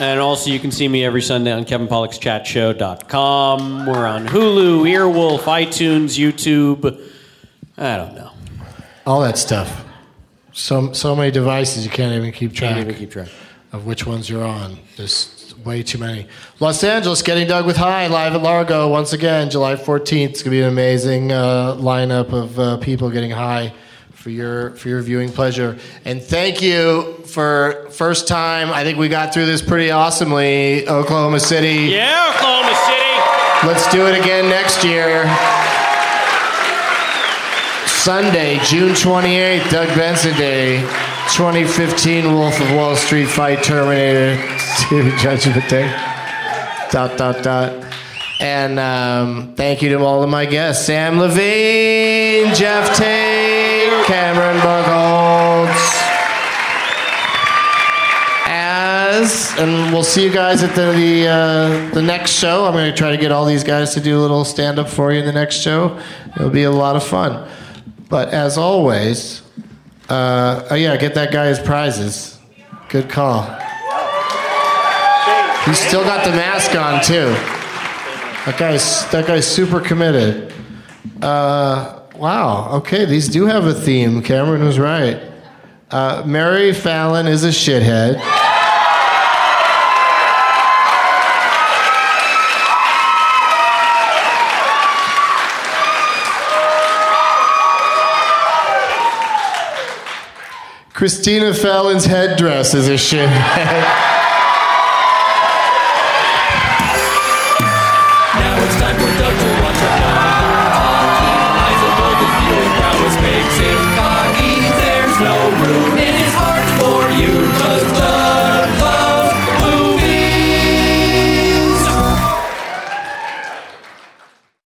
Speaker 4: And also, you can see me every Sunday on KevinPollocksChatShow.com. We're on Hulu, Earwolf, iTunes, YouTube. I don't know.
Speaker 3: all that stuff. So so many devices you can't even keep track.
Speaker 2: even keep track
Speaker 3: of which ones you're on. There's way too many. Los Angeles, getting Doug with High live at Largo once again, July 14th. It's gonna be an amazing uh, lineup of uh, people getting high for your for your viewing pleasure. And thank you for first time. I think we got through this pretty awesomely, Oklahoma City.
Speaker 2: Yeah, Oklahoma City.
Speaker 3: Let's do it again next year. Sunday, June 28th, Doug Benson Day, 2015 Wolf of Wall Street Fight Terminator 2 Judgment Day. Dot, dot, dot. And um, thank you to all of my guests Sam Levine, Jeff Tate, Cameron Burgholz. As, and we'll see you guys at the the, uh, the next show. I'm going to try to get all these guys to do a little stand up for you in the next show. It'll be a lot of fun. But as always, uh, oh yeah, get that guy his prizes. Good call. He's still got the mask on too. That guy's that guy's super committed. Uh, wow. Okay, these do have a theme. Cameron was right. Uh, Mary Fallon is a shithead. Christina Fallon's headdress is a shithead.